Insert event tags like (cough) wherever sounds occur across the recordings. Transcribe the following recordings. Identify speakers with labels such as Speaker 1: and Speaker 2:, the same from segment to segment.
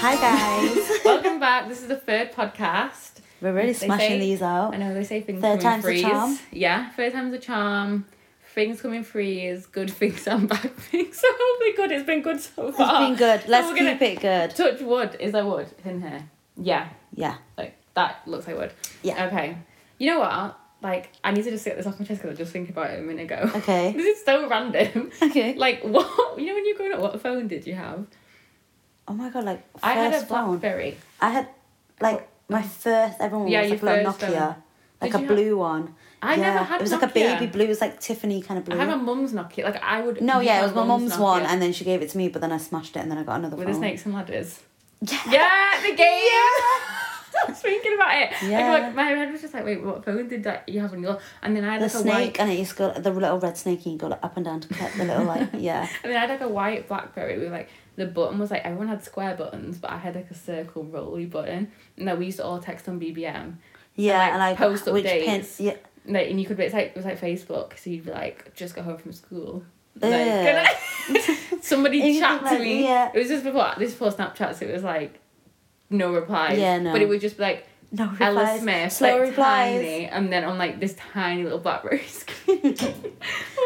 Speaker 1: Hi
Speaker 2: (laughs)
Speaker 1: guys.
Speaker 2: Welcome back. This is the third podcast.
Speaker 1: We're really
Speaker 2: They
Speaker 1: smashing
Speaker 2: say-
Speaker 1: these
Speaker 2: I
Speaker 1: out.
Speaker 2: know they say things
Speaker 1: Third
Speaker 2: come
Speaker 1: time's
Speaker 2: in
Speaker 1: the
Speaker 2: threes.
Speaker 1: charm.
Speaker 2: Yeah, third time's a charm. Things come in threes, good things and (laughs) bad things. So hopefully good. It's been good so
Speaker 1: It's
Speaker 2: far. (laughs)
Speaker 1: been good. Let's
Speaker 2: we're
Speaker 1: keep
Speaker 2: gonna-
Speaker 1: it good.
Speaker 2: Touch wood. Is there wood in here? Yeah.
Speaker 1: Yeah.
Speaker 2: Like that looks like wood.
Speaker 1: Yeah.
Speaker 2: Okay. You know what? Like I need to just get this off my chest because I was just thinking about it a minute ago.
Speaker 1: Okay.
Speaker 2: (laughs) this is so random.
Speaker 1: Okay.
Speaker 2: Um, Like what? You know when you were growing up, what phone did you have?
Speaker 1: Oh my god, like first
Speaker 2: I had a
Speaker 1: phone.
Speaker 2: BlackBerry.
Speaker 1: I had like my first everyone
Speaker 2: Yeah,
Speaker 1: was
Speaker 2: your
Speaker 1: like a
Speaker 2: first
Speaker 1: Nokia.
Speaker 2: phone.
Speaker 1: Like
Speaker 2: Did
Speaker 1: a
Speaker 2: you have-
Speaker 1: blue one.
Speaker 2: I
Speaker 1: yeah.
Speaker 2: never had
Speaker 1: It was like a
Speaker 2: Nokia.
Speaker 1: baby blue, it was like Tiffany kind of blue.
Speaker 2: I have a mum's Nokia. Like I would.
Speaker 1: no,
Speaker 2: use
Speaker 1: yeah, it was my mum's one,
Speaker 2: Nokia
Speaker 1: and then she gave it to me, but then I smashed it, and then I got another
Speaker 2: with the
Speaker 1: phone.
Speaker 2: snakes and ladders.
Speaker 1: Yeah.
Speaker 2: Yeah,
Speaker 1: (laughs)
Speaker 2: the game. (laughs) I was thinking about it.
Speaker 1: Yeah.
Speaker 2: Like, like, my head was just like, wait, what phone did that you have on your? And then I had
Speaker 1: The
Speaker 2: like a
Speaker 1: snake,
Speaker 2: white.
Speaker 1: and it used to go the little red snake, and you go like, up and down to cut the little
Speaker 2: (laughs)
Speaker 1: like yeah.
Speaker 2: And then I had like a white BlackBerry with like the button was like everyone had square buttons, but I had like a circle rolly button. And then we used to all text on BBM.
Speaker 1: Yeah,
Speaker 2: like,
Speaker 1: and like
Speaker 2: post
Speaker 1: which
Speaker 2: updates.
Speaker 1: pin? Yeah,
Speaker 2: And, Like, and you could it's like it was like Facebook, so you'd be like, just got home from school. Like, (laughs)
Speaker 1: Yeah. (laughs)
Speaker 2: somebody
Speaker 1: And you'd be
Speaker 2: chat
Speaker 1: like,
Speaker 2: to me.
Speaker 1: yeah.
Speaker 2: It was just before this was before Snapchat, so it was like no replies.
Speaker 1: Yeah, no.
Speaker 2: But it would just be like
Speaker 1: no
Speaker 2: Ella
Speaker 1: replies.
Speaker 2: Smith,
Speaker 1: slow
Speaker 2: like,
Speaker 1: replies.
Speaker 2: tiny, and then on like this tiny little blackberry (laughs) screen.
Speaker 1: (laughs)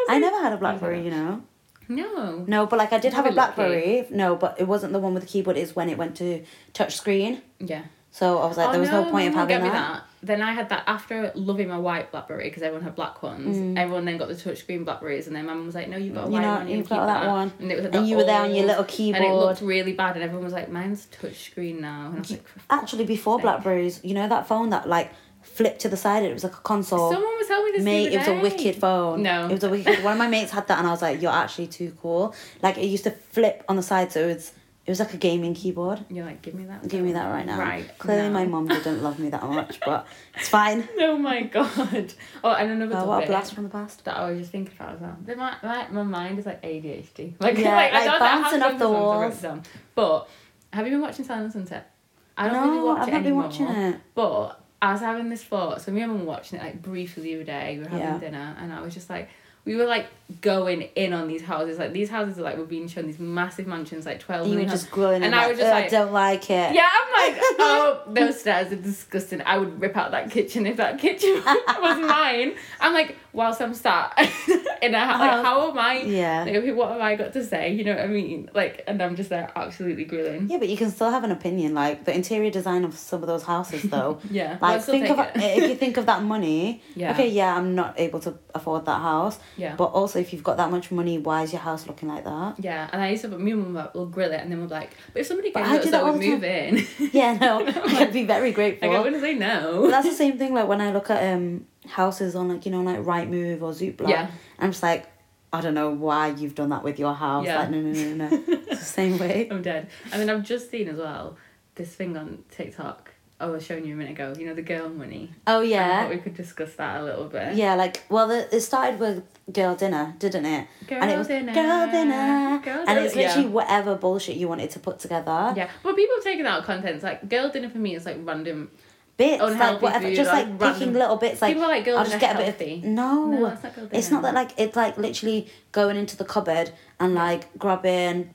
Speaker 1: I never had a BlackBerry, you know.
Speaker 2: No.
Speaker 1: No, but like I did
Speaker 2: You're
Speaker 1: have a
Speaker 2: very lucky.
Speaker 1: BlackBerry. No, but it wasn't the one with the keyboard. It's when it went to touch screen.
Speaker 2: Yeah.
Speaker 1: So I was
Speaker 2: Oh,
Speaker 1: like, there was no, point of
Speaker 2: my mum
Speaker 1: having
Speaker 2: gave me
Speaker 1: that.
Speaker 2: Then I had that after loving my white blackberry because everyone had black ones.
Speaker 1: Mm.
Speaker 2: Everyone then got the touchscreen blackberries, and then my mum was like, "No, you've got a
Speaker 1: You
Speaker 2: white
Speaker 1: know,
Speaker 2: one. You
Speaker 1: you've
Speaker 2: keep
Speaker 1: got that one.
Speaker 2: And it was like
Speaker 1: And
Speaker 2: that
Speaker 1: you were there on your
Speaker 2: old-
Speaker 1: little
Speaker 2: And it
Speaker 1: keyboard.
Speaker 2: looked really bad, and everyone was like, "Mine's touchscreen now." And I was like,
Speaker 1: Actually, before
Speaker 2: Sake.
Speaker 1: Blackberries, you know that phone that like flipped to the side. It was like a console.
Speaker 2: "Someone was telling me this." the
Speaker 1: Mate,
Speaker 2: other
Speaker 1: it was a
Speaker 2: day.
Speaker 1: wicked phone.
Speaker 2: No.
Speaker 1: It was a wicked one of my mates had that and I was like, You're actually too cool. Like it used to flip on the side so it was it was like a gaming keyboard.
Speaker 2: You're like, "Give me that."
Speaker 1: Give me that right now.
Speaker 2: Right.
Speaker 1: Clearly
Speaker 2: now.
Speaker 1: my mum didn't love me that much, but it's fine.
Speaker 2: (laughs) Oh my god. Oh, and another
Speaker 1: Uh,
Speaker 2: topic.
Speaker 1: what a blast from the past.
Speaker 2: that I was just thinking about as well. Then My, my, my mind is like ADHD. (laughs) Like,
Speaker 1: Yeah,
Speaker 2: like,
Speaker 1: like
Speaker 2: I don't know how
Speaker 1: bouncing
Speaker 2: to
Speaker 1: off the
Speaker 2: do something, I wrote
Speaker 1: walls.
Speaker 2: it down. But have you been watching Silent Sunset? I don't really
Speaker 1: No,
Speaker 2: watch
Speaker 1: I've
Speaker 2: it
Speaker 1: not been
Speaker 2: anymore.
Speaker 1: watching it.
Speaker 2: But I was having this thought. So me and mum were watching it like briefly the other day. We were having
Speaker 1: Yeah.
Speaker 2: dinner, and I was just like, we were like going in on these houses. Like these houses are like we're being shown these massive mansions, like twelve.
Speaker 1: You were
Speaker 2: million
Speaker 1: just
Speaker 2: houses.
Speaker 1: glowing and,
Speaker 2: And I
Speaker 1: like,
Speaker 2: was just
Speaker 1: "Ugh, I
Speaker 2: like-
Speaker 1: don't like it.
Speaker 2: Yeah, I'm
Speaker 1: (laughs)
Speaker 2: like, oh, those stairs are disgusting. I would rip out that kitchen if that kitchen (laughs) was mine. I'm like, whilst I'm sat (laughs) in a house,
Speaker 1: Oh.
Speaker 2: like, how am I?
Speaker 1: Yeah.
Speaker 2: Like, what have I got to say? You know what I mean? Like, and I'm just there absolutely grilling.
Speaker 1: Yeah, but you can still have an opinion. Like the interior design of some of those houses
Speaker 2: (laughs)
Speaker 1: though.
Speaker 2: Yeah. Well, I
Speaker 1: Like
Speaker 2: still
Speaker 1: think
Speaker 2: take
Speaker 1: of
Speaker 2: it.
Speaker 1: if you think of that money,
Speaker 2: Yeah.
Speaker 1: okay, yeah, I'm not able to afford that house.
Speaker 2: (laughs) Yeah.
Speaker 1: But also if you've got that much money, why is your house looking like that?
Speaker 2: yeah, and I used to, but me and mum will grill it, and then we're like, but if somebody
Speaker 1: But
Speaker 2: came
Speaker 1: I
Speaker 2: to
Speaker 1: do
Speaker 2: us,
Speaker 1: that
Speaker 2: I
Speaker 1: all
Speaker 2: would
Speaker 1: the
Speaker 2: move in. (laughs)
Speaker 1: (laughs) Yeah, no, I'd be very
Speaker 2: like, I
Speaker 1: grateful.
Speaker 2: wouldn't say no.
Speaker 1: That's the same thing. Like when I look at um houses on like you know like Rightmove or Zoopla,
Speaker 2: Yeah.
Speaker 1: I'm just like, I don't know why you've done that with your house.
Speaker 2: Yeah.
Speaker 1: Like no no no no.
Speaker 2: (laughs)
Speaker 1: no. it's the same way.
Speaker 2: (laughs) I'm dead. And then I've just seen as well this thing on TikTok. I was showing you a minute ago. You know the girl money.
Speaker 1: Oh
Speaker 2: I thought
Speaker 1: yeah.
Speaker 2: we could discuss that a little bit.
Speaker 1: Yeah, like well, the, it started with girl dinner, didn't it?
Speaker 2: Girl
Speaker 1: and it was
Speaker 2: dinner,
Speaker 1: girl dinner,
Speaker 2: girl
Speaker 1: and it's
Speaker 2: dinner,
Speaker 1: literally
Speaker 2: yeah.
Speaker 1: whatever bullshit you wanted to put together.
Speaker 2: Yeah, but people have taken out content. It's like girl dinner for me is like random.
Speaker 1: Bits
Speaker 2: Unhealthy
Speaker 1: like whatever,
Speaker 2: food,
Speaker 1: just
Speaker 2: like
Speaker 1: like, picking
Speaker 2: random-
Speaker 1: little bits. Like,
Speaker 2: People are like, girl
Speaker 1: I'll just get
Speaker 2: dinner
Speaker 1: a bit of
Speaker 2: healthy.
Speaker 1: no.
Speaker 2: No, it's not girl
Speaker 1: It's not that
Speaker 2: dinner.
Speaker 1: like it's like literally going into the cupboard and like grabbing.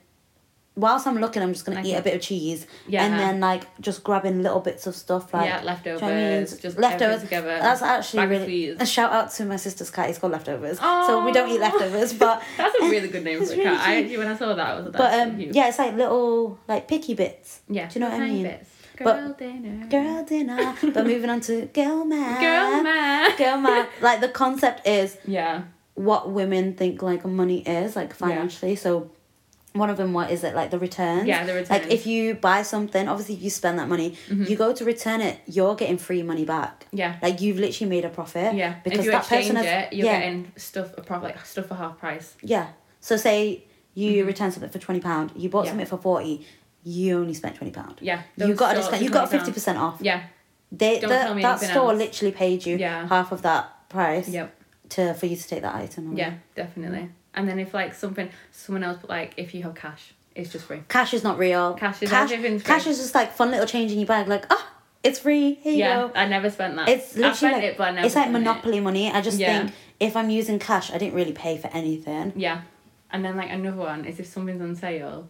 Speaker 1: Whilst I'm looking, I'm just gonna
Speaker 2: Like
Speaker 1: eat
Speaker 2: a-
Speaker 1: a bit of cheese,
Speaker 2: Yeah.
Speaker 1: and then like just grabbing little bits of stuff like
Speaker 2: yeah,
Speaker 1: do you
Speaker 2: leftovers.
Speaker 1: know what I mean?
Speaker 2: Just
Speaker 1: leftovers.
Speaker 2: leftovers together.
Speaker 1: That's actually
Speaker 2: bag of
Speaker 1: really a
Speaker 2: sweets.
Speaker 1: shout out to my sister's cat. It's called leftovers, (laughs) so we don't eat
Speaker 2: Aw.
Speaker 1: leftovers, but
Speaker 2: (laughs) That's
Speaker 1: (laughs)
Speaker 2: a really good name
Speaker 1: It's
Speaker 2: for a
Speaker 1: really
Speaker 2: cat. I
Speaker 1: cute.
Speaker 2: actually, when I saw that, I was like, that's
Speaker 1: but
Speaker 2: so
Speaker 1: um
Speaker 2: cute.
Speaker 1: yeah, it's like little like picky bits.
Speaker 2: yeah.
Speaker 1: do you know what I
Speaker 2: tiny
Speaker 1: mean?
Speaker 2: Bits. Girl
Speaker 1: But-
Speaker 2: dinner.
Speaker 1: Girl dinner,
Speaker 2: (laughs)
Speaker 1: but moving on to girl math.
Speaker 2: Girl math.
Speaker 1: Girl math. Like the concept is
Speaker 2: Yeah.
Speaker 1: what women think like money is like financially so one of them what is it like the returns
Speaker 2: Yeah, the
Speaker 1: like
Speaker 2: returns. Mm-hmm.
Speaker 1: if you buy something obviously if you spend that money you go to return it you're getting free money back
Speaker 2: Yeah.
Speaker 1: like you've literally made a profit
Speaker 2: Yeah.
Speaker 1: because
Speaker 2: if you
Speaker 1: that
Speaker 2: exchange
Speaker 1: person has
Speaker 2: it, you're
Speaker 1: yeah
Speaker 2: getting stuff a prof- like stuff for half price.
Speaker 1: yeah so say you return something for 20 pound you bought
Speaker 2: Mm-hmm. Yeah.
Speaker 1: something for 40 you only spent 20 pound
Speaker 2: Yeah.
Speaker 1: you
Speaker 2: those
Speaker 1: got a
Speaker 2: sorts
Speaker 1: discount
Speaker 2: of
Speaker 1: you got
Speaker 2: things
Speaker 1: 50
Speaker 2: down.
Speaker 1: percent off
Speaker 2: Yeah.
Speaker 1: they
Speaker 2: Don't
Speaker 1: the-
Speaker 2: tell me
Speaker 1: that
Speaker 2: anything
Speaker 1: store
Speaker 2: else.
Speaker 1: literally paid you
Speaker 2: Yeah.
Speaker 1: half of that price
Speaker 2: Yep.
Speaker 1: to for you to take that item on.
Speaker 2: Yeah. Definitely. And then if like something someone else like if you have cash, it's just free.
Speaker 1: Cash is not real.
Speaker 2: Cash is-
Speaker 1: cash,
Speaker 2: everything's free.
Speaker 1: cash is just like fun little change in your bag. Like, oh, it's free. Here you
Speaker 2: yeah.
Speaker 1: go.
Speaker 2: I never spent that.
Speaker 1: It's
Speaker 2: I
Speaker 1: literally
Speaker 2: spent
Speaker 1: like,
Speaker 2: it, but I never
Speaker 1: it's like
Speaker 2: spent it.
Speaker 1: monopoly money. I just
Speaker 2: Yeah.
Speaker 1: think if I'm using cash, I didn't really pay for anything.
Speaker 2: Yeah. And then like another one is if something's on sale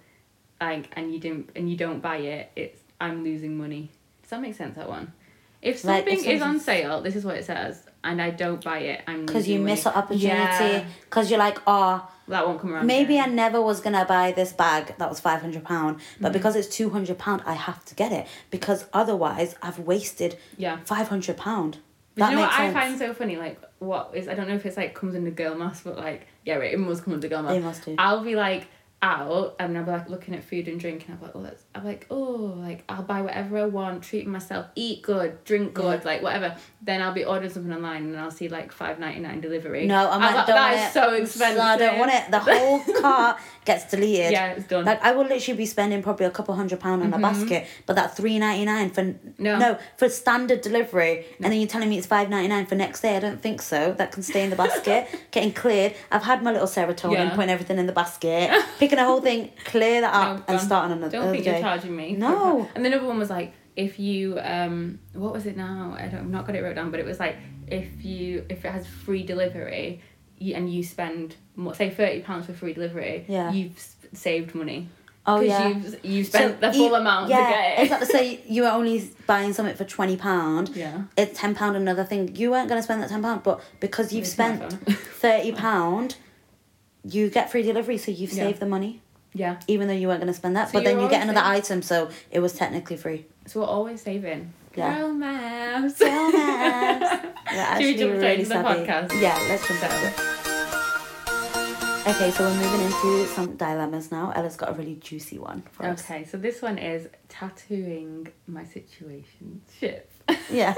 Speaker 2: like and you don't and you don't buy it, it's I'm losing money. Does that make sense? That one. If
Speaker 1: Like, if
Speaker 2: something is on
Speaker 1: something's-
Speaker 2: sale, this is what it says, and I don't buy it, I'm
Speaker 1: Because you
Speaker 2: losing
Speaker 1: miss an
Speaker 2: money.
Speaker 1: opportunity.
Speaker 2: Yeah,
Speaker 1: Because you're like, oh,
Speaker 2: that won't come around.
Speaker 1: maybe I
Speaker 2: again.
Speaker 1: never was going to buy this bag that was £500,
Speaker 2: Mm-hmm.
Speaker 1: but because it's £200, I have to get it. Because otherwise, I've wasted
Speaker 2: yeah.
Speaker 1: £500.
Speaker 2: But
Speaker 1: That
Speaker 2: you know
Speaker 1: makes
Speaker 2: what
Speaker 1: sense.
Speaker 2: I find so funny? Like, what is, I don't know if it's like comes under girl mass, but like, yeah, right, it must come under girl mass.
Speaker 1: It must do.
Speaker 2: I'll be like out and I'll be like looking at food and drink and I'll be like, oh, that's, I'm like, oh, like I'll buy whatever I want, treat myself, eat good, drink good, like whatever. Then I'll be ordering something online and I'll see like five ninety nine delivery.
Speaker 1: No, I'm
Speaker 2: I'll
Speaker 1: like,
Speaker 2: be
Speaker 1: don't
Speaker 2: that
Speaker 1: want
Speaker 2: is
Speaker 1: it.
Speaker 2: so expensive.
Speaker 1: No, I don't want it. The whole cart gets
Speaker 2: (laughs)
Speaker 1: deleted.
Speaker 2: Yeah, it's done.
Speaker 1: Like I will literally be spending probably a couple hundred pound on a basket, but that three ninety nine for
Speaker 2: Mm-hmm. No.
Speaker 1: no for standard delivery, and then you're telling me it's five ninety nine for next day. I don't think so. That can stay in the
Speaker 2: (laughs)
Speaker 1: basket, getting cleared. I've had my little serotonin,
Speaker 2: Yeah.
Speaker 1: putting everything in the
Speaker 2: (laughs)
Speaker 1: basket, picking a whole thing, clear that
Speaker 2: No,
Speaker 1: up, and
Speaker 2: done.
Speaker 1: start on another,
Speaker 2: Don't
Speaker 1: another
Speaker 2: think
Speaker 1: day.
Speaker 2: you're charging me.
Speaker 1: No.
Speaker 2: And another one was like, if you um, what was it now? I don't, I've not got it wrote down, but it was like, if you if it has free delivery, you, and you spend more, say thirty pounds for free delivery,
Speaker 1: Yeah.
Speaker 2: you've s- saved money.
Speaker 1: oh
Speaker 2: 'Cause
Speaker 1: yeah.
Speaker 2: you've you spent the
Speaker 1: e-
Speaker 2: full amount
Speaker 1: yeah,
Speaker 2: to get it.
Speaker 1: it's like to say
Speaker 2: (laughs)
Speaker 1: you were only buying something for twenty pound.
Speaker 2: Yeah.
Speaker 1: It's ten pound another thing. You weren't gonna spend that ten pound, but because you've
Speaker 2: It's
Speaker 1: spent
Speaker 2: my phone. (laughs)
Speaker 1: thirty pound, you get free delivery, so you've
Speaker 2: Yeah.
Speaker 1: saved the money,
Speaker 2: Yeah.
Speaker 1: even though you weren't gonna spend that.
Speaker 2: So
Speaker 1: but then
Speaker 2: you're
Speaker 1: you get
Speaker 2: always
Speaker 1: another item, so it was technically free.
Speaker 2: So we're always saving.
Speaker 1: Yeah.
Speaker 2: Girl maths.
Speaker 1: Girl
Speaker 2: (laughs)
Speaker 1: maths. We're
Speaker 2: Should we
Speaker 1: actually
Speaker 2: jump straight
Speaker 1: really
Speaker 2: into the
Speaker 1: savvy.
Speaker 2: podcast?
Speaker 1: Yeah, let's jump into it. Okay, so we're moving into some dilemmas now. Ella's got a really juicy one for us.
Speaker 2: Okay, so this one is tattooing my situation. Shit. (laughs)
Speaker 1: Yeah.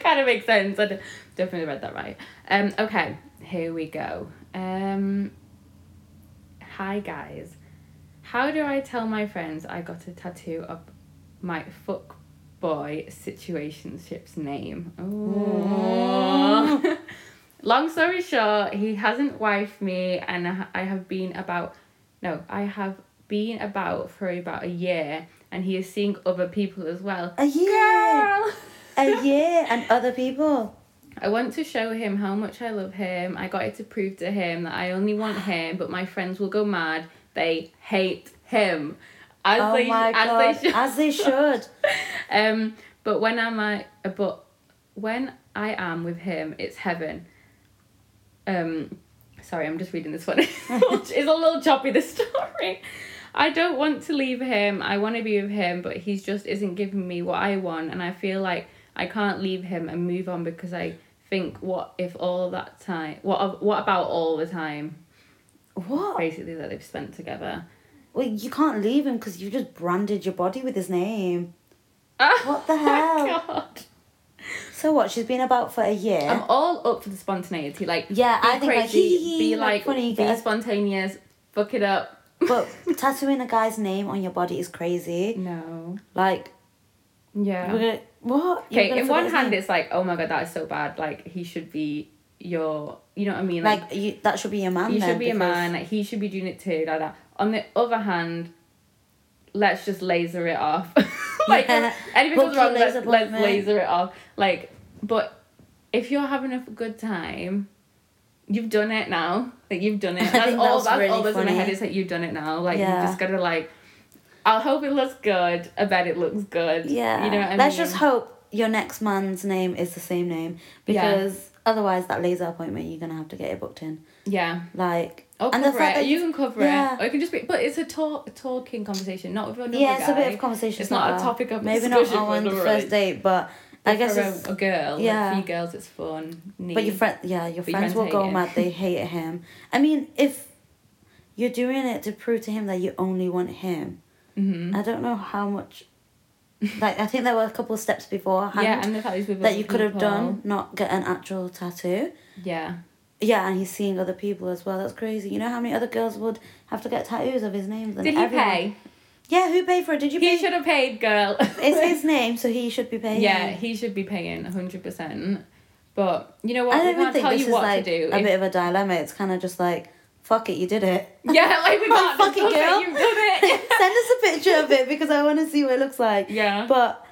Speaker 2: kind of makes sense. I d- definitely read that right. Um, okay, here we go. Um, hi guys, how do I tell my friends I got a tattoo of my fuck boy situationship's name? Ooh. (laughs) Long story short, he hasn't wifed me, and I I have been about no, I have been about for about a year, and he is seeing other people as well.
Speaker 1: A year.
Speaker 2: Girl.
Speaker 1: A year and other people.
Speaker 2: I want to show him how much I love him. I got it to prove to him that I
Speaker 1: (gasps)
Speaker 2: only want him, but my friends will go mad. They hate him. As
Speaker 1: oh
Speaker 2: they,
Speaker 1: my
Speaker 2: as
Speaker 1: god!
Speaker 2: They should.
Speaker 1: as they should.
Speaker 2: um, but when am I? uh, But when I am with him, it's heaven. Um, sorry, I'm just reading this one. (laughs) it's a little choppy. The story. I don't want to leave him. I want to be with him, but he just isn't giving me what I want, and I feel like I can't leave him and move on because I think, what if all that time? What of- what about all the time?
Speaker 1: What?
Speaker 2: Basically, that they've spent together.
Speaker 1: Well, you can't leave him because you just branded your body with his name. What the
Speaker 2: (laughs) Oh
Speaker 1: hell?
Speaker 2: my God.
Speaker 1: So what? She's been about for a year.
Speaker 2: I'm all up for the spontaneity. Like
Speaker 1: Yeah,
Speaker 2: be
Speaker 1: I think, like,
Speaker 2: crazy,
Speaker 1: hee hee hee,
Speaker 2: be
Speaker 1: like,
Speaker 2: like,
Speaker 1: funny,
Speaker 2: be
Speaker 1: get-
Speaker 2: spontaneous, fuck it up.
Speaker 1: but tattooing a guy's name on your body is crazy.
Speaker 2: no,
Speaker 1: Like,
Speaker 2: yeah.
Speaker 1: we're gonna, what? You're
Speaker 2: okay,
Speaker 1: gonna
Speaker 2: in
Speaker 1: forget
Speaker 2: one
Speaker 1: his
Speaker 2: hand,
Speaker 1: name?
Speaker 2: it's like, oh my god, that is so bad. Like he should be your, you know what I mean? Like,
Speaker 1: like you, that should be your man.
Speaker 2: you
Speaker 1: then,
Speaker 2: should be a
Speaker 1: because-
Speaker 2: man. Like, he should be doing it too. Like that. On the other hand, let's just laser it off. (laughs) like
Speaker 1: Yeah.
Speaker 2: anything
Speaker 1: Book
Speaker 2: goes
Speaker 1: your
Speaker 2: wrong,
Speaker 1: laser
Speaker 2: let's, let's
Speaker 1: appointment.
Speaker 2: laser it off. Like, but if you're having a good time. You've done it now. Like
Speaker 1: (laughs)
Speaker 2: you've done it. That's
Speaker 1: think
Speaker 2: all.
Speaker 1: that's
Speaker 2: that's
Speaker 1: really
Speaker 2: all that's in my
Speaker 1: funny.
Speaker 2: head. It's like you've done it now. Like
Speaker 1: Yeah.
Speaker 2: you just gotta like. I hope it looks good. I bet it looks good.
Speaker 1: Yeah.
Speaker 2: You know what I
Speaker 1: Let's
Speaker 2: mean?
Speaker 1: just hope your next man's name is the same name
Speaker 2: Yeah.
Speaker 1: because otherwise, that laser appointment you're gonna have to get it booked in.
Speaker 2: Yeah.
Speaker 1: Like,
Speaker 2: Or
Speaker 1: And the
Speaker 2: cover
Speaker 1: fact
Speaker 2: it.
Speaker 1: that
Speaker 2: Oh, You
Speaker 1: you-
Speaker 2: can cover
Speaker 1: yeah.
Speaker 2: it. Or it can just be. But it's a talk, talking conversation, not with another
Speaker 1: yeah, it's a
Speaker 2: guy.
Speaker 1: bit of conversation.
Speaker 2: It's not a
Speaker 1: starter.
Speaker 2: topic of
Speaker 1: maybe not
Speaker 2: discussion for
Speaker 1: on the
Speaker 2: another
Speaker 1: first
Speaker 2: relationship.
Speaker 1: date, but I guess
Speaker 2: for
Speaker 1: it's
Speaker 2: a, a girl. Yeah.
Speaker 1: yeah.
Speaker 2: for you girls, it's fun.
Speaker 1: But your
Speaker 2: neat.
Speaker 1: friend, yeah, your
Speaker 2: But your
Speaker 1: friends
Speaker 2: friends
Speaker 1: will
Speaker 2: hate
Speaker 1: go
Speaker 2: him.
Speaker 1: mad.
Speaker 2: (laughs)
Speaker 1: They hate him. I mean, if you're doing it to prove to him that you only want him,
Speaker 2: Mhm.
Speaker 1: I don't know how much. Like, I think there were a couple of steps beforehand
Speaker 2: Yeah, and the fact he's with
Speaker 1: that
Speaker 2: other
Speaker 1: you could have
Speaker 2: people.
Speaker 1: done, not get an actual tattoo.
Speaker 2: Yeah.
Speaker 1: Yeah, and he's seeing other people as well. That's crazy. You know how many other girls would have to get tattoos of his names? and
Speaker 2: Did he
Speaker 1: everyone-
Speaker 2: pay?
Speaker 1: Yeah, who paid for it? Did you
Speaker 2: He
Speaker 1: pay?
Speaker 2: should have paid, girl. (laughs)
Speaker 1: It's his name, so he should be paying.
Speaker 2: yeah, he should be paying hundred percent. But you know what?
Speaker 1: I
Speaker 2: we
Speaker 1: don't even
Speaker 2: can't
Speaker 1: think
Speaker 2: tell
Speaker 1: this
Speaker 2: you
Speaker 1: is
Speaker 2: what
Speaker 1: like
Speaker 2: to do.
Speaker 1: a
Speaker 2: If-
Speaker 1: bit of a dilemma. It's kind of just like, fuck it, you did
Speaker 2: (laughs)
Speaker 1: it.
Speaker 2: yeah,
Speaker 1: (laughs)
Speaker 2: like we
Speaker 1: My
Speaker 2: can't
Speaker 1: fucking
Speaker 2: discuss it,
Speaker 1: girl.
Speaker 2: You've done
Speaker 1: (laughs)
Speaker 2: it.
Speaker 1: Send us a picture of it because I want to see what it looks like.
Speaker 2: yeah.
Speaker 1: But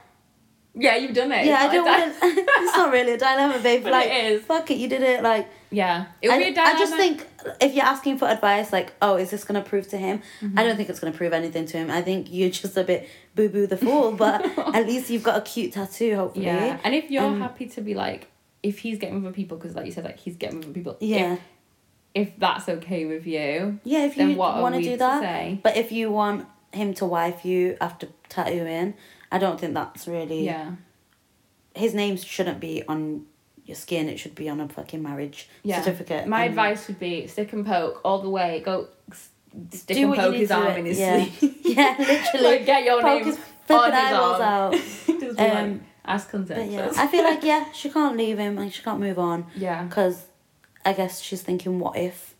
Speaker 2: yeah, you've done it.
Speaker 1: yeah,
Speaker 2: It's
Speaker 1: I don't
Speaker 2: not
Speaker 1: (laughs)
Speaker 2: a
Speaker 1: want. to it's not really a dilemma, babe.
Speaker 2: (laughs) But
Speaker 1: like,
Speaker 2: it is.
Speaker 1: fuck it, you did it. Like,
Speaker 2: (laughs) Yeah. It would
Speaker 1: I,
Speaker 2: be a
Speaker 1: I
Speaker 2: dilemma.
Speaker 1: just think if you're asking for advice, like, oh, is this going to prove to him? I
Speaker 2: Mm-hmm.
Speaker 1: don't think it's going to prove anything to him. I think you're just a bit boo boo the fool, but
Speaker 2: (laughs)
Speaker 1: at least you've got a cute tattoo, hopefully.
Speaker 2: Yeah. And if you're
Speaker 1: Um,
Speaker 2: happy to be like, if he's getting with other people, because like you said, like he's getting with other people. if-
Speaker 1: Yeah.
Speaker 2: If, that's okay with you,
Speaker 1: Yeah, if
Speaker 2: then
Speaker 1: you
Speaker 2: what are
Speaker 1: want to
Speaker 2: we
Speaker 1: do
Speaker 2: to
Speaker 1: that.
Speaker 2: say?
Speaker 1: But if you want him to wife you after tattooing, I don't think that's really.
Speaker 2: yeah.
Speaker 1: His name shouldn't be on your skin, it should be on a fucking marriage
Speaker 2: Yeah.
Speaker 1: certificate.
Speaker 2: My
Speaker 1: and-
Speaker 2: advice would be stick and poke all the way. Go s- stick
Speaker 1: Do
Speaker 2: and
Speaker 1: what you
Speaker 2: poke
Speaker 1: need
Speaker 2: his
Speaker 1: to do
Speaker 2: arm
Speaker 1: it.
Speaker 2: in his
Speaker 1: Yeah.
Speaker 2: sleeve.
Speaker 1: (laughs) Yeah, literally.
Speaker 2: (laughs) like get your
Speaker 1: Poke
Speaker 2: name
Speaker 1: his (laughs)
Speaker 2: on
Speaker 1: flipping
Speaker 2: his
Speaker 1: eyeballs
Speaker 2: arm.
Speaker 1: out.
Speaker 2: Just (laughs) be like,
Speaker 1: Um,
Speaker 2: ask
Speaker 1: But
Speaker 2: consent.
Speaker 1: yeah,
Speaker 2: first.
Speaker 1: I feel like, yeah, she can't leave him, like, she can't move on.
Speaker 2: yeah.
Speaker 1: Because I guess she's thinking, what if?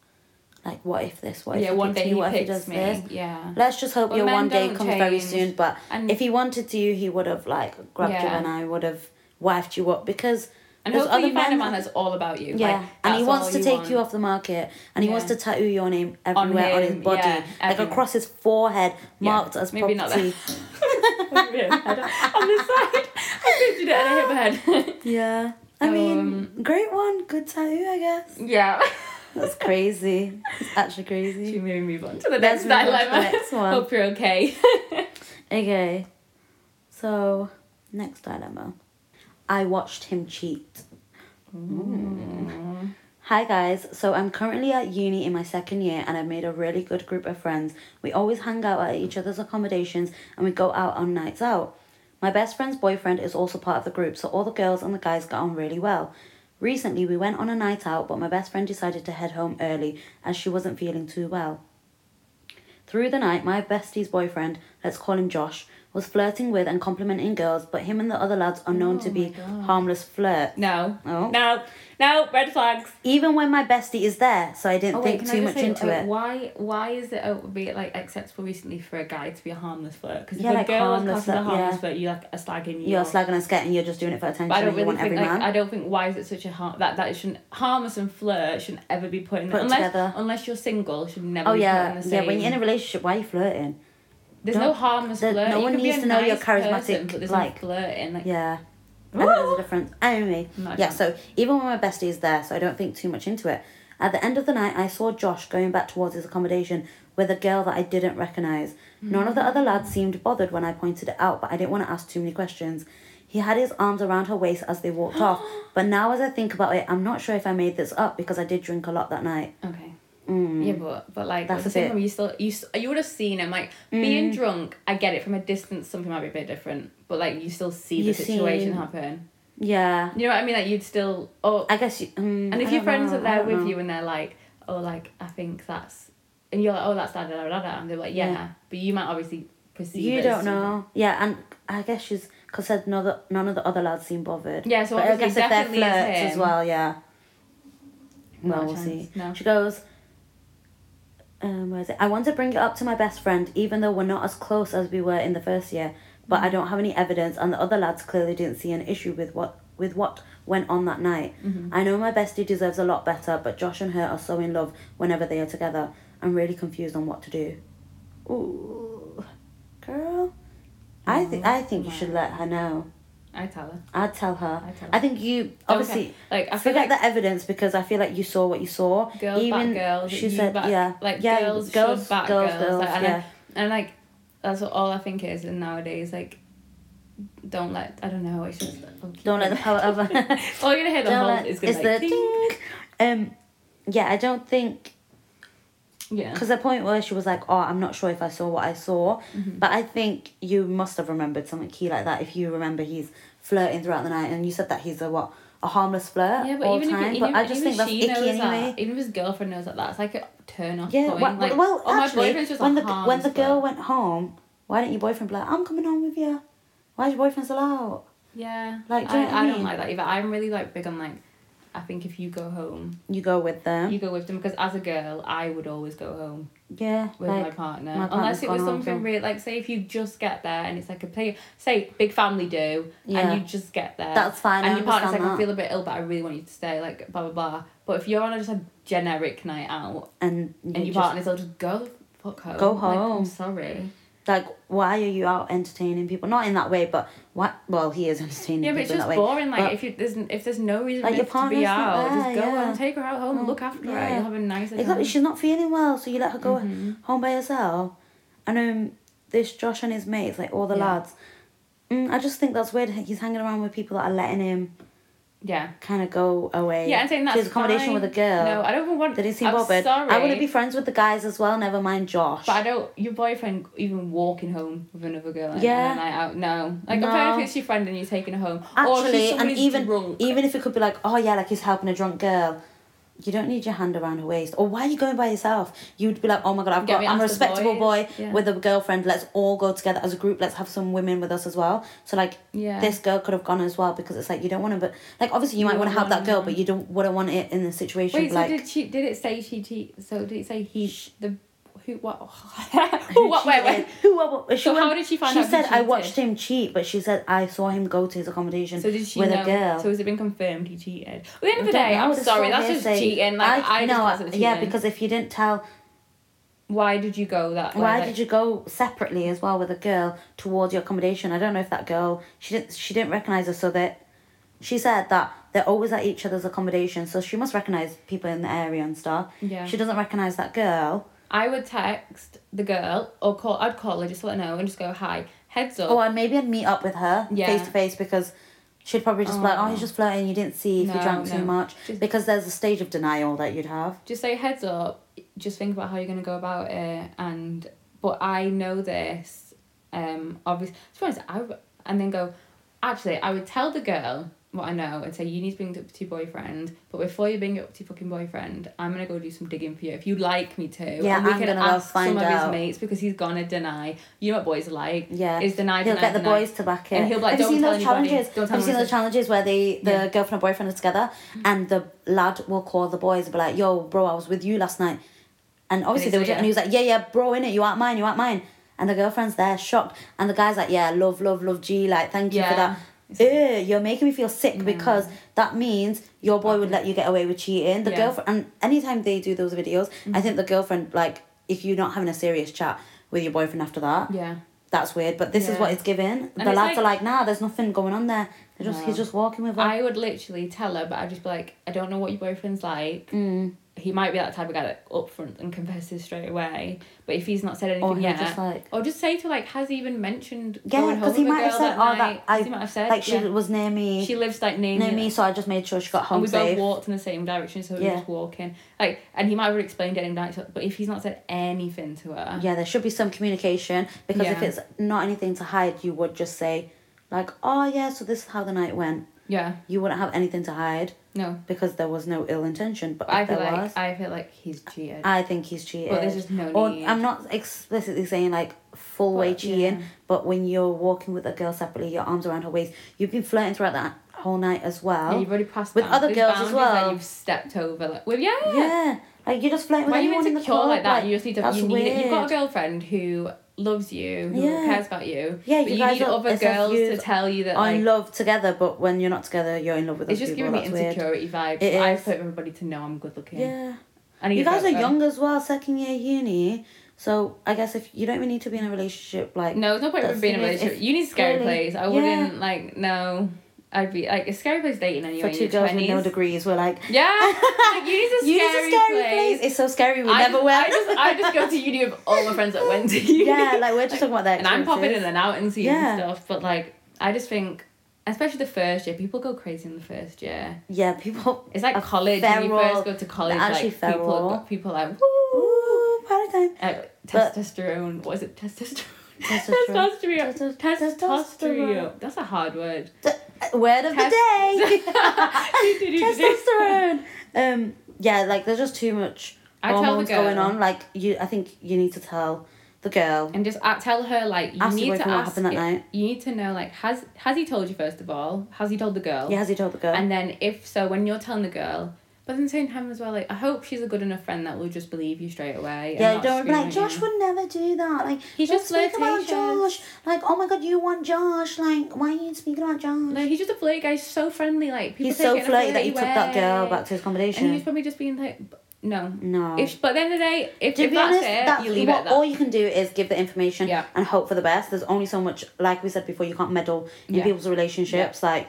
Speaker 1: Like, what if this? What if
Speaker 2: yeah,
Speaker 1: he
Speaker 2: one
Speaker 1: picks
Speaker 2: day
Speaker 1: me?
Speaker 2: he
Speaker 1: What if he
Speaker 2: picks
Speaker 1: does
Speaker 2: me.
Speaker 1: this?
Speaker 2: Yeah.
Speaker 1: Let's just hope
Speaker 2: Well,
Speaker 1: your
Speaker 2: men
Speaker 1: one day
Speaker 2: don't
Speaker 1: comes very
Speaker 2: change.
Speaker 1: soon. But
Speaker 2: And-
Speaker 1: if he wanted to, he would have, like, grabbed you
Speaker 2: Yeah.
Speaker 1: and I would have wifed you up because
Speaker 2: And
Speaker 1: there's
Speaker 2: hopefully
Speaker 1: other
Speaker 2: you find a
Speaker 1: men
Speaker 2: man
Speaker 1: that-
Speaker 2: that's all about you.
Speaker 1: yeah,
Speaker 2: Like,
Speaker 1: and he
Speaker 2: that's
Speaker 1: wants
Speaker 2: all
Speaker 1: to take
Speaker 2: want.
Speaker 1: you off the market, and he wants to
Speaker 2: Yeah.
Speaker 1: tattoo your name
Speaker 2: On
Speaker 1: everywhere on, his
Speaker 2: him,
Speaker 1: body,
Speaker 2: yeah,
Speaker 1: like
Speaker 2: everywhere.
Speaker 1: across his forehead,
Speaker 2: Yeah,
Speaker 1: marked as
Speaker 2: maybe not
Speaker 1: property.
Speaker 2: on (laughs) the side. I did it and I hit my
Speaker 1: (laughs)
Speaker 2: head.
Speaker 1: (laughs)
Speaker 2: (laughs)
Speaker 1: yeah, I
Speaker 2: Um,
Speaker 1: mean, great one, good tattoo, I guess.
Speaker 2: yeah. (laughs)
Speaker 1: That's crazy. It's actually crazy.
Speaker 2: Should we move on to the
Speaker 1: Let's
Speaker 2: next
Speaker 1: move on to the
Speaker 2: dilemma?
Speaker 1: next one.
Speaker 2: (laughs) Hope you're okay.
Speaker 1: Okay, so next dilemma. I watched him cheat. Hi guys, so I'm currently at uni in my second year and I've made a really good group of friends. We always hang out at each other's accommodations and we go out on nights out. My best friend's boyfriend is also part of the group, so all the girls and the guys got on really well. Recently, we went on a night out, but my best friend decided to head home early as she wasn't feeling too well. Through the night, my bestie's boyfriend, let's call him Josh, was flirting with and complimenting girls, but him and the other lads are known to
Speaker 2: Oh
Speaker 1: be
Speaker 2: my God.
Speaker 1: harmless flirt.
Speaker 2: No.
Speaker 1: Oh.
Speaker 2: No. No. Red flags.
Speaker 1: Even when my bestie is there, so I didn't
Speaker 2: Oh, wait,
Speaker 1: think
Speaker 2: can I
Speaker 1: too
Speaker 2: just
Speaker 1: much
Speaker 2: say,
Speaker 1: into
Speaker 2: uh,
Speaker 1: it.
Speaker 2: Why? Why is it uh, be like acceptable recently for a guy to be a harmless flirt? Because
Speaker 1: Yeah,
Speaker 2: if
Speaker 1: like
Speaker 2: a girl
Speaker 1: harmless
Speaker 2: is a
Speaker 1: flirt,
Speaker 2: harmless
Speaker 1: yeah.
Speaker 2: flirt, you're like a slag in you.
Speaker 1: You're
Speaker 2: are-
Speaker 1: slagging and sketting, you're just doing it for attention.
Speaker 2: But I don't
Speaker 1: you
Speaker 2: really
Speaker 1: want
Speaker 2: think.
Speaker 1: every
Speaker 2: Like,
Speaker 1: man.
Speaker 2: I don't think why is it such a harm that that it shouldn't harmless and flirt shouldn't ever be put in
Speaker 1: Put
Speaker 2: unless
Speaker 1: together.
Speaker 2: unless you're single should never.
Speaker 1: oh
Speaker 2: be
Speaker 1: yeah,
Speaker 2: Put in the same.
Speaker 1: yeah. When you're in a relationship, why are you flirting?
Speaker 2: There's no
Speaker 1: don't-
Speaker 2: harmless
Speaker 1: there-
Speaker 2: flirt.
Speaker 1: no
Speaker 2: You
Speaker 1: one
Speaker 2: can be
Speaker 1: needs
Speaker 2: a
Speaker 1: to know you're
Speaker 2: nice person,
Speaker 1: charismatic,
Speaker 2: but there's
Speaker 1: like-
Speaker 2: no flirting. Like,
Speaker 1: Yeah. I
Speaker 2: Ooh.
Speaker 1: think there's a difference. Anyway,
Speaker 2: No
Speaker 1: yeah.
Speaker 2: chance.
Speaker 1: So even when my bestie is there, so I don't think too much into it. At the end of the night, I saw Josh going back towards his accommodation with a girl that I didn't recognize. None of the other lads seemed bothered when I pointed it out, but I didn't want to ask too many questions. He had his arms around her waist as they walked
Speaker 2: (gasps)
Speaker 1: off. But now, as I think about it, I'm not sure if I made this up because I did drink a lot that night.
Speaker 2: Okay.
Speaker 1: Mm.
Speaker 2: Yeah, but but like
Speaker 1: That's
Speaker 2: at the
Speaker 1: a
Speaker 2: same
Speaker 1: bit- Mm.
Speaker 2: time, you still you s- you would have seen him like being drunk. I get it from a distance, something might be a bit different, but like you still see
Speaker 1: You
Speaker 2: the situation
Speaker 1: seen-
Speaker 2: happen.
Speaker 1: Yeah.
Speaker 2: You know what I mean? Like you'd still oh,
Speaker 1: I guess you. Mm,
Speaker 2: and
Speaker 1: I
Speaker 2: if your
Speaker 1: don't
Speaker 2: friends
Speaker 1: know,
Speaker 2: are
Speaker 1: I
Speaker 2: there
Speaker 1: don't
Speaker 2: with
Speaker 1: know.
Speaker 2: you and they're like, oh, like I think that's, and you're like, oh, that's da da da da, da, and they're like, yeah,
Speaker 1: Yeah.
Speaker 2: but you might obviously perceive.
Speaker 1: You
Speaker 2: it as
Speaker 1: don't
Speaker 2: something-
Speaker 1: know. Yeah, and I guess she's because none of the- none of the other lads seem bothered.
Speaker 2: Yeah, so
Speaker 1: but I
Speaker 2: obviously
Speaker 1: guess if they're
Speaker 2: definitely is
Speaker 1: flirts as
Speaker 2: him.
Speaker 1: well, yeah.
Speaker 2: Not
Speaker 1: Well,
Speaker 2: a
Speaker 1: we'll
Speaker 2: chance,
Speaker 1: see.
Speaker 2: no.
Speaker 1: She goes. Um, where is it? I want to bring it up to my best friend, even though we're not as close as we were in the first year. But I
Speaker 2: Mm-hmm.
Speaker 1: don't have any evidence, and the other lads clearly didn't see an issue with what with what went on that night.
Speaker 2: Mm-hmm.
Speaker 1: I know my bestie deserves a lot better, but Josh and her are so in love whenever they are together. I'm really confused on what to do. Ooh, girl, I think I think you should let her know.
Speaker 2: I tell her.
Speaker 1: I'd tell her.
Speaker 2: I'd tell
Speaker 1: I think you obviously.
Speaker 2: Okay. like I feel
Speaker 1: Forget
Speaker 2: like
Speaker 1: the evidence because I feel like you saw what you saw.
Speaker 2: girls
Speaker 1: Even
Speaker 2: back girls.
Speaker 1: she
Speaker 2: you
Speaker 1: said,
Speaker 2: back,
Speaker 1: yeah,
Speaker 2: like
Speaker 1: yeah,
Speaker 2: girls, should back girls. like, and, I-
Speaker 1: yeah.
Speaker 2: and like that's what all I think is. And nowadays, like, don't let I don't know. It's just
Speaker 1: Don't let the power of
Speaker 2: (laughs) all you're gonna hear the
Speaker 1: don't
Speaker 2: whole
Speaker 1: let
Speaker 2: is gonna
Speaker 1: it's
Speaker 2: be
Speaker 1: the
Speaker 2: like, ding.
Speaker 1: ding. Um, yeah, I don't think
Speaker 2: yeah,
Speaker 1: because the point where she was like, "Oh, I'm not sure if I saw what I saw,"
Speaker 2: Mm-hmm.
Speaker 1: but I think you must have remembered something key like that. If you remember, he's flirting throughout the night, and you said that he's a what a harmless flirt
Speaker 2: yeah. But
Speaker 1: all
Speaker 2: even
Speaker 1: time.
Speaker 2: if you-
Speaker 1: but
Speaker 2: even,
Speaker 1: I just
Speaker 2: even
Speaker 1: think that's
Speaker 2: she
Speaker 1: icky
Speaker 2: knows
Speaker 1: anyway.
Speaker 2: that, even if his girlfriend knows that that's like a turn off
Speaker 1: Yeah,
Speaker 2: point.
Speaker 1: well,
Speaker 2: like,
Speaker 1: well
Speaker 2: oh, my
Speaker 1: actually,
Speaker 2: boyfriend's just a
Speaker 1: when the when
Speaker 2: harmless
Speaker 1: the girl
Speaker 2: flirt.
Speaker 1: went home, why didn't your boyfriend be like, "I'm coming home with you"? Why is your boyfriend still out?
Speaker 2: yeah,
Speaker 1: Like, do you
Speaker 2: I,
Speaker 1: know what I
Speaker 2: I don't
Speaker 1: mean?
Speaker 2: like that either. I'm really like big on like. I think if you go home,
Speaker 1: You go with them.
Speaker 2: you go with them because as a girl, I would always go home.
Speaker 1: yeah,
Speaker 2: with
Speaker 1: like,
Speaker 2: my partner.
Speaker 1: my partner's
Speaker 2: Unless it was
Speaker 1: gone on
Speaker 2: something
Speaker 1: to-
Speaker 2: really like say if you just get there and it's like a play say big family do
Speaker 1: Yeah.
Speaker 2: and you just get there.
Speaker 1: That's fine, I
Speaker 2: And your partner's like
Speaker 1: understand
Speaker 2: I
Speaker 1: that.
Speaker 2: feel a bit ill but I really want you to stay like blah blah blah. But if you're on a, just a generic night out
Speaker 1: and you
Speaker 2: and your
Speaker 1: just-
Speaker 2: partner's all just go the fuck home.
Speaker 1: Go
Speaker 2: Like,
Speaker 1: home.
Speaker 2: I'm sorry.
Speaker 1: like, why are you out entertaining people? Not in that way, but what? Well, he is (laughs) entertaining
Speaker 2: Yeah,
Speaker 1: people
Speaker 2: but it's
Speaker 1: in
Speaker 2: just
Speaker 1: that way.
Speaker 2: boring. Like
Speaker 1: But-
Speaker 2: if you there's n- if there's no reason
Speaker 1: Like,
Speaker 2: like
Speaker 1: your
Speaker 2: to be
Speaker 1: partner's not
Speaker 2: out,
Speaker 1: there,
Speaker 2: just go
Speaker 1: yeah.
Speaker 2: and take her out home,
Speaker 1: Mm,
Speaker 2: look after
Speaker 1: yeah.
Speaker 2: her. You'll have a nice.
Speaker 1: Exactly, she's not feeling well, so you let her go
Speaker 2: Mhm.
Speaker 1: home by herself. And um, this Josh and his mates, like all the
Speaker 2: Yeah.
Speaker 1: lads, mm, I just think that's weird. He's hanging around with people that are letting him
Speaker 2: Yeah.
Speaker 1: kind of go away.
Speaker 2: Yeah, I'm saying
Speaker 1: to
Speaker 2: that's
Speaker 1: his accommodation
Speaker 2: fine.
Speaker 1: with a girl.
Speaker 2: No, I don't even want.
Speaker 1: Did he seem
Speaker 2: I'm
Speaker 1: bothered?
Speaker 2: Sorry,
Speaker 1: I want to be friends with the guys as well. Never mind Josh.
Speaker 2: But I don't. Your boyfriend even walking home with another girl. Like,
Speaker 1: Yeah.
Speaker 2: yeah. night out. No. Like
Speaker 1: No.
Speaker 2: I'm fair if it's your friend and you're taking her home. or if
Speaker 1: Actually,
Speaker 2: oh, she's
Speaker 1: and
Speaker 2: somebody's
Speaker 1: even
Speaker 2: drunk.
Speaker 1: even if it could be like, oh yeah, like he's helping a drunk girl, you don't need your hand around her waist. Or why are you going by yourself? You'd be like, oh my god, I've
Speaker 2: Get
Speaker 1: got,
Speaker 2: me
Speaker 1: I'm a
Speaker 2: after
Speaker 1: respectable boy
Speaker 2: boys. Yeah.
Speaker 1: with a girlfriend. Let's all go together as a group. Let's have some women with us as well. So like,
Speaker 2: Yeah.
Speaker 1: this girl could have gone as well because it's like you don't want to, but like obviously you,
Speaker 2: You
Speaker 1: might want to
Speaker 2: wouldn't
Speaker 1: help that
Speaker 2: want
Speaker 1: girl,
Speaker 2: her.
Speaker 1: but you don't wouldn't want it in the situation
Speaker 2: Wait. So
Speaker 1: like.
Speaker 2: did she? Did it say she? Te- so did it say he? The who? What? (laughs)
Speaker 1: who (laughs)
Speaker 2: who? What? Wait.
Speaker 1: cheated.
Speaker 2: Wait.
Speaker 1: Who? What, what, she
Speaker 2: So how
Speaker 1: went-
Speaker 2: did she find
Speaker 1: She
Speaker 2: out he
Speaker 1: said I
Speaker 2: cheated?"
Speaker 1: watched him cheat, but she said I saw him go to his accommodation
Speaker 2: So did she
Speaker 1: with
Speaker 2: know?
Speaker 1: a girl.
Speaker 2: So has it been confirmed he cheated? At the end of the
Speaker 1: I don't
Speaker 2: day,
Speaker 1: know,
Speaker 2: I'm
Speaker 1: it's
Speaker 2: sorry.
Speaker 1: all
Speaker 2: That's just
Speaker 1: hearsay.
Speaker 2: cheating. Like I, just
Speaker 1: no,
Speaker 2: class it as
Speaker 1: yeah,
Speaker 2: cheating.
Speaker 1: because if you didn't tell,
Speaker 2: why did you go that way?
Speaker 1: why
Speaker 2: Like,
Speaker 1: did you go separately as well with a girl towards your accommodation? I don't know if that girl she didn't she didn't recognize us, so that she said that they're always at each other's accommodation, so she must recognize people in the area and stuff.
Speaker 2: Yeah.
Speaker 1: She doesn't recognize that girl.
Speaker 2: I would text the girl or call. I'd call her just to let her know and just go hi. Heads up.
Speaker 1: Oh, and maybe I'd meet up with her
Speaker 2: Yeah.
Speaker 1: face to face because. She'd probably just be like, oh,
Speaker 2: Oh.
Speaker 1: he's just flirting. You didn't see if you
Speaker 2: No,
Speaker 1: drank too
Speaker 2: no.
Speaker 1: much.
Speaker 2: Just-
Speaker 1: Because there's a stage of denial that you'd have.
Speaker 2: just say heads up just think about how you're going to go about it and but i know this um obviously to be honest I, w- and then go actually i would tell the girl what i know and say you need to bring it up to your boyfriend but before you bring it up to your fucking boyfriend i'm going to go do some digging for you if you like me to
Speaker 1: Yeah,
Speaker 2: and we
Speaker 1: I'm
Speaker 2: can
Speaker 1: gonna go
Speaker 2: ask
Speaker 1: find
Speaker 2: some of
Speaker 1: out.
Speaker 2: his mates because he's going to deny you know what boys are like
Speaker 1: Yeah.
Speaker 2: is deny
Speaker 1: He'll
Speaker 2: deny,
Speaker 1: get the
Speaker 2: deny.
Speaker 1: boys to back it.
Speaker 2: And he'll be like,
Speaker 1: Have you
Speaker 2: "Don't
Speaker 1: seen
Speaker 2: tell
Speaker 1: those
Speaker 2: anybody.
Speaker 1: challenges?
Speaker 2: Don't tell
Speaker 1: Have you seen
Speaker 2: anybody."
Speaker 1: those challenges where they the
Speaker 2: Yeah. Mm-hmm.
Speaker 1: girlfriend and boyfriend are together and the lad will call the boys and be like, "Yo, bro, I was with you last night," and obviously
Speaker 2: And
Speaker 1: they
Speaker 2: they
Speaker 1: were,
Speaker 2: say,
Speaker 1: and he was like, "Yeah, yeah, bro, in it, you aren't mine, you aren't mine," and the girlfriend's there shocked, and the guy's like, "Yeah, love, love, love, G, like, thank you for
Speaker 2: Yeah. Mm.
Speaker 1: that." Ew, you're making me feel sick because that means your boy would let you get away with cheating. The
Speaker 2: Yeah. Mm-hmm.
Speaker 1: girlfriend and anytime they do those videos, I think the girlfriend like if you're not having a serious chat with your boyfriend after that,
Speaker 2: yeah
Speaker 1: that's weird. But this is what
Speaker 2: Yeah.
Speaker 1: it's given. the
Speaker 2: it's
Speaker 1: lads
Speaker 2: like-
Speaker 1: are like, nah, there's nothing going on there. They're just he's
Speaker 2: No.
Speaker 1: just walking with her.
Speaker 2: I would literally tell her, but I'd just be like, I don't know what your boyfriend's like.
Speaker 1: Mm.
Speaker 2: He might be that type of guy that up front and confesses straight away. But if he's not said anything
Speaker 1: Or he'll
Speaker 2: yet,
Speaker 1: just, like-
Speaker 2: or just say to like, has he even mentioned
Speaker 1: Yeah,
Speaker 2: going
Speaker 1: 'cause he
Speaker 2: home with a
Speaker 1: might have
Speaker 2: girl
Speaker 1: said,
Speaker 2: that
Speaker 1: "Oh,
Speaker 2: night?
Speaker 1: that-
Speaker 2: He might have said,
Speaker 1: like she
Speaker 2: yeah.
Speaker 1: was near me,
Speaker 2: she lives like near,
Speaker 1: near
Speaker 2: me,
Speaker 1: me, so I just made sure she got
Speaker 2: and
Speaker 1: home
Speaker 2: we
Speaker 1: safe.
Speaker 2: both walked in the same direction, so we
Speaker 1: Yeah.
Speaker 2: were just walking. Like, and he might have explained it in night, but if he's not said anything to her,
Speaker 1: yeah, there should be some communication because if
Speaker 2: Yeah.
Speaker 1: it's not anything to hide, you would just say, like, oh yeah, so this is how the night went.
Speaker 2: yeah,
Speaker 1: You wouldn't have anything to hide
Speaker 2: no.
Speaker 1: because there was no ill intention. But
Speaker 2: But I
Speaker 1: if
Speaker 2: feel
Speaker 1: there
Speaker 2: like
Speaker 1: was,
Speaker 2: I feel like he's cheated.
Speaker 1: I think he's cheated.
Speaker 2: But there's just no
Speaker 1: or
Speaker 2: need.
Speaker 1: I'm not explicitly saying like full way
Speaker 2: But, yeah.
Speaker 1: cheating, but when you're walking with a girl separately, your arms around her waist, you've been flirting throughout that whole night as well.
Speaker 2: yeah, you've already passed
Speaker 1: with
Speaker 2: that.
Speaker 1: other
Speaker 2: There's
Speaker 1: girls as
Speaker 2: boundaries that
Speaker 1: well.
Speaker 2: You've stepped over, like, well, yeah.
Speaker 1: yeah, like you're just flirting with
Speaker 2: Why are you
Speaker 1: anyone in the
Speaker 2: insecure
Speaker 1: club.
Speaker 2: like that? You just need to.
Speaker 1: that's
Speaker 2: you need it. You've got a
Speaker 1: weird.
Speaker 2: girlfriend who loves you, who
Speaker 1: Yeah.
Speaker 2: cares about you.
Speaker 1: Yeah,
Speaker 2: but
Speaker 1: you
Speaker 2: you,
Speaker 1: guys
Speaker 2: need
Speaker 1: are-
Speaker 2: other
Speaker 1: it's like
Speaker 2: girls
Speaker 1: you
Speaker 2: to tell you that.
Speaker 1: are in
Speaker 2: Like,
Speaker 1: love together, but when you're not together, you're in love with.
Speaker 2: it's
Speaker 1: other
Speaker 2: just
Speaker 1: people.
Speaker 2: giving me
Speaker 1: That's weird.
Speaker 2: insecurity vibes.
Speaker 1: It
Speaker 2: I
Speaker 1: is.
Speaker 2: hope everybody to know I'm good looking.
Speaker 1: Yeah,
Speaker 2: I need
Speaker 1: you
Speaker 2: a
Speaker 1: guys are
Speaker 2: girlfriend.
Speaker 1: young as well, second year uni. So I guess if you don't even need to be in a relationship, like
Speaker 2: No, there's no point
Speaker 1: That's
Speaker 2: in being in a
Speaker 1: the thing,
Speaker 2: relationship.
Speaker 1: if-
Speaker 2: you need a scary
Speaker 1: really,
Speaker 2: place. I
Speaker 1: yeah.
Speaker 2: wouldn't like no. I'd be like a scary place dating anyway.
Speaker 1: for
Speaker 2: in
Speaker 1: two
Speaker 2: your
Speaker 1: girls with no
Speaker 2: 20s.
Speaker 1: degrees, we're like.
Speaker 2: Yeah,
Speaker 1: (laughs)
Speaker 2: like, you need a
Speaker 1: You
Speaker 2: scary,
Speaker 1: need a scary place. It's so scary. We
Speaker 2: I
Speaker 1: never
Speaker 2: just,
Speaker 1: wear.
Speaker 2: I just, I just go to uni with all my friends that went to uni.
Speaker 1: (laughs) yeah, like we're just
Speaker 2: (laughs)
Speaker 1: talking about that.
Speaker 2: and I'm popping in and out and seeing
Speaker 1: Yeah.
Speaker 2: stuff. But like, I just think, especially the first year, people go crazy in the first year.
Speaker 1: Yeah, people.
Speaker 2: It's like
Speaker 1: Are
Speaker 2: college. When you
Speaker 1: feral.
Speaker 2: first go to college,
Speaker 1: They're actually
Speaker 2: like people,
Speaker 1: feral.
Speaker 2: are, people are like
Speaker 1: Ooh, party time.
Speaker 2: uh,
Speaker 1: But-
Speaker 2: testosterone. What is it? Testosterone. (laughs)
Speaker 1: Testosterone. Testo-
Speaker 2: Testosterone.
Speaker 1: testosterone.
Speaker 2: Testosterone. That's a hard word.
Speaker 1: Uh, Word of the
Speaker 2: Test- (laughs)
Speaker 1: day. (laughs)
Speaker 2: Testosterone.
Speaker 1: Testosterone. Um. Yeah, like there's just too much
Speaker 2: I tell the
Speaker 1: hormones going
Speaker 2: girl.
Speaker 1: on. Like you, I think you need to tell the girl.
Speaker 2: And just uh, tell her like you
Speaker 1: Ask the
Speaker 2: need
Speaker 1: boyfriend
Speaker 2: to
Speaker 1: what
Speaker 2: ask.
Speaker 1: happened that
Speaker 2: it-
Speaker 1: night.
Speaker 2: You need to know like has has he told you first of all? Has he told the girl?
Speaker 1: Yeah, has he told the girl?
Speaker 2: And then if so, when you're telling the girl, but then same time as well, like I hope she's a good enough friend that will just believe you straight away. and
Speaker 1: yeah,
Speaker 2: not
Speaker 1: don't be
Speaker 2: scream
Speaker 1: like
Speaker 2: at
Speaker 1: Josh
Speaker 2: you.
Speaker 1: would never do that. Like
Speaker 2: He's
Speaker 1: don't
Speaker 2: just
Speaker 1: speak about
Speaker 2: flirtatious.
Speaker 1: Josh. Like oh my god, you want Josh? Like why are you speaking about Josh?
Speaker 2: No, he's just a flirty guy. He's so friendly. Like people
Speaker 1: He's
Speaker 2: take
Speaker 1: so
Speaker 2: it in a
Speaker 1: flirty that you took that girl
Speaker 2: way.
Speaker 1: back to his
Speaker 2: And he was
Speaker 1: accommodation.
Speaker 2: probably just being like, No.
Speaker 1: No.
Speaker 2: If, but at the end of the day, if,
Speaker 1: to
Speaker 2: if
Speaker 1: be
Speaker 2: that's
Speaker 1: honest,
Speaker 2: it,
Speaker 1: that's
Speaker 2: you leave it
Speaker 1: what,
Speaker 2: at that.
Speaker 1: all you can do is give the information
Speaker 2: Yeah.
Speaker 1: and hope for the best. There's only so much, like we said before, you can't meddle in
Speaker 2: Yeah.
Speaker 1: people's relationships. Like,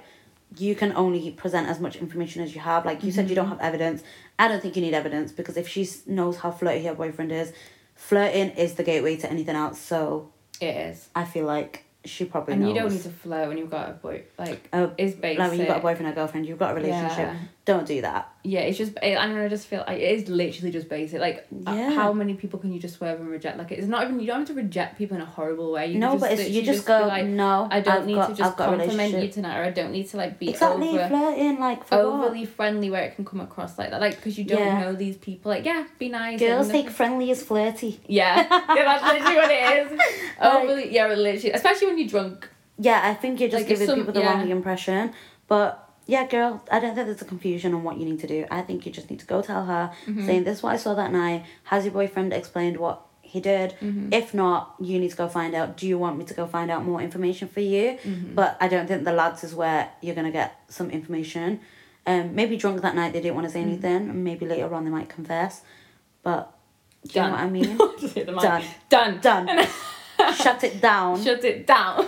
Speaker 1: you can only present as much information as you have. Like you said,
Speaker 2: Mm-hmm.
Speaker 1: you don't have evidence. I don't think you need evidence because if she s- knows how flirty her boyfriend is, flirting is the gateway to anything else. So
Speaker 2: It is.
Speaker 1: I feel like she probably
Speaker 2: And
Speaker 1: knows.
Speaker 2: you don't need to flirt when you've got a boy. Like,
Speaker 1: Oh,
Speaker 2: it's basic.
Speaker 1: Like when you've got a boyfriend or girlfriend, you've got a relationship.
Speaker 2: Yeah.
Speaker 1: Don't do that.
Speaker 2: Yeah, it's just I I don't know. I just feel like it is literally just basic. Like, uh,
Speaker 1: Yeah.
Speaker 2: how many people can you just swerve and reject? Like, it's not even you don't have to reject people in a horrible way. You
Speaker 1: no,
Speaker 2: can
Speaker 1: but it's,
Speaker 2: literally
Speaker 1: you just,
Speaker 2: be
Speaker 1: go.
Speaker 2: like,
Speaker 1: no,
Speaker 2: I don't
Speaker 1: I've
Speaker 2: need
Speaker 1: got,
Speaker 2: to just
Speaker 1: I've got a
Speaker 2: compliment you
Speaker 1: relationship.
Speaker 2: tonight, or I don't need to like be
Speaker 1: Exactly,
Speaker 2: over
Speaker 1: flirting like for what?
Speaker 2: overly friendly where it can come across like that. Like, because you don't
Speaker 1: Yeah.
Speaker 2: know these people. Like, yeah, be nice.
Speaker 1: Girls
Speaker 2: and-
Speaker 1: take friendly as flirty.
Speaker 2: (laughs)
Speaker 1: (laughs)
Speaker 2: Yeah, yeah, that's literally what it is.
Speaker 1: Like-
Speaker 2: Overly, yeah, literally, especially when you're drunk. (laughs)
Speaker 1: Yeah, I think you're just
Speaker 2: Like, if
Speaker 1: giving
Speaker 2: some-
Speaker 1: people the
Speaker 2: yeah.
Speaker 1: wrong impression. But yeah, girl, I don't think there's a confusion on what you need to do. I think you just need to go tell her,
Speaker 2: Mm-hmm.
Speaker 1: saying this is what I saw that night. Has your boyfriend explained what he did?
Speaker 2: Mm-hmm.
Speaker 1: If not, you need to go find out. Do you want me to go find out more information for you?
Speaker 2: Mm-hmm.
Speaker 1: But I don't think the lads is where you're gonna get some information. Um, maybe drunk that night they didn't want to say
Speaker 2: Mm-hmm.
Speaker 1: anything, and maybe later on they might confess. But do you know
Speaker 2: Done.
Speaker 1: what I
Speaker 2: (laughs)
Speaker 1: mean?
Speaker 2: Just hit the mic.
Speaker 1: Done.
Speaker 2: Done.
Speaker 1: Done. Shut it down.
Speaker 2: (laughs) Shut it down.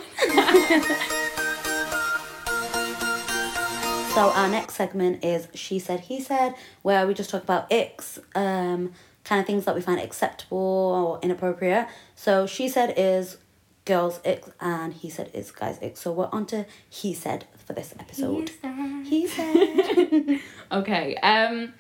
Speaker 1: So our next segment is She Said, He Said, where we just talk about icks, um, kind of things that we find acceptable or inappropriate. So She Said is girls' icks and He Said is guys' icks. So we're on to He Said for this episode. He said. (laughs)
Speaker 2: Okay. Um.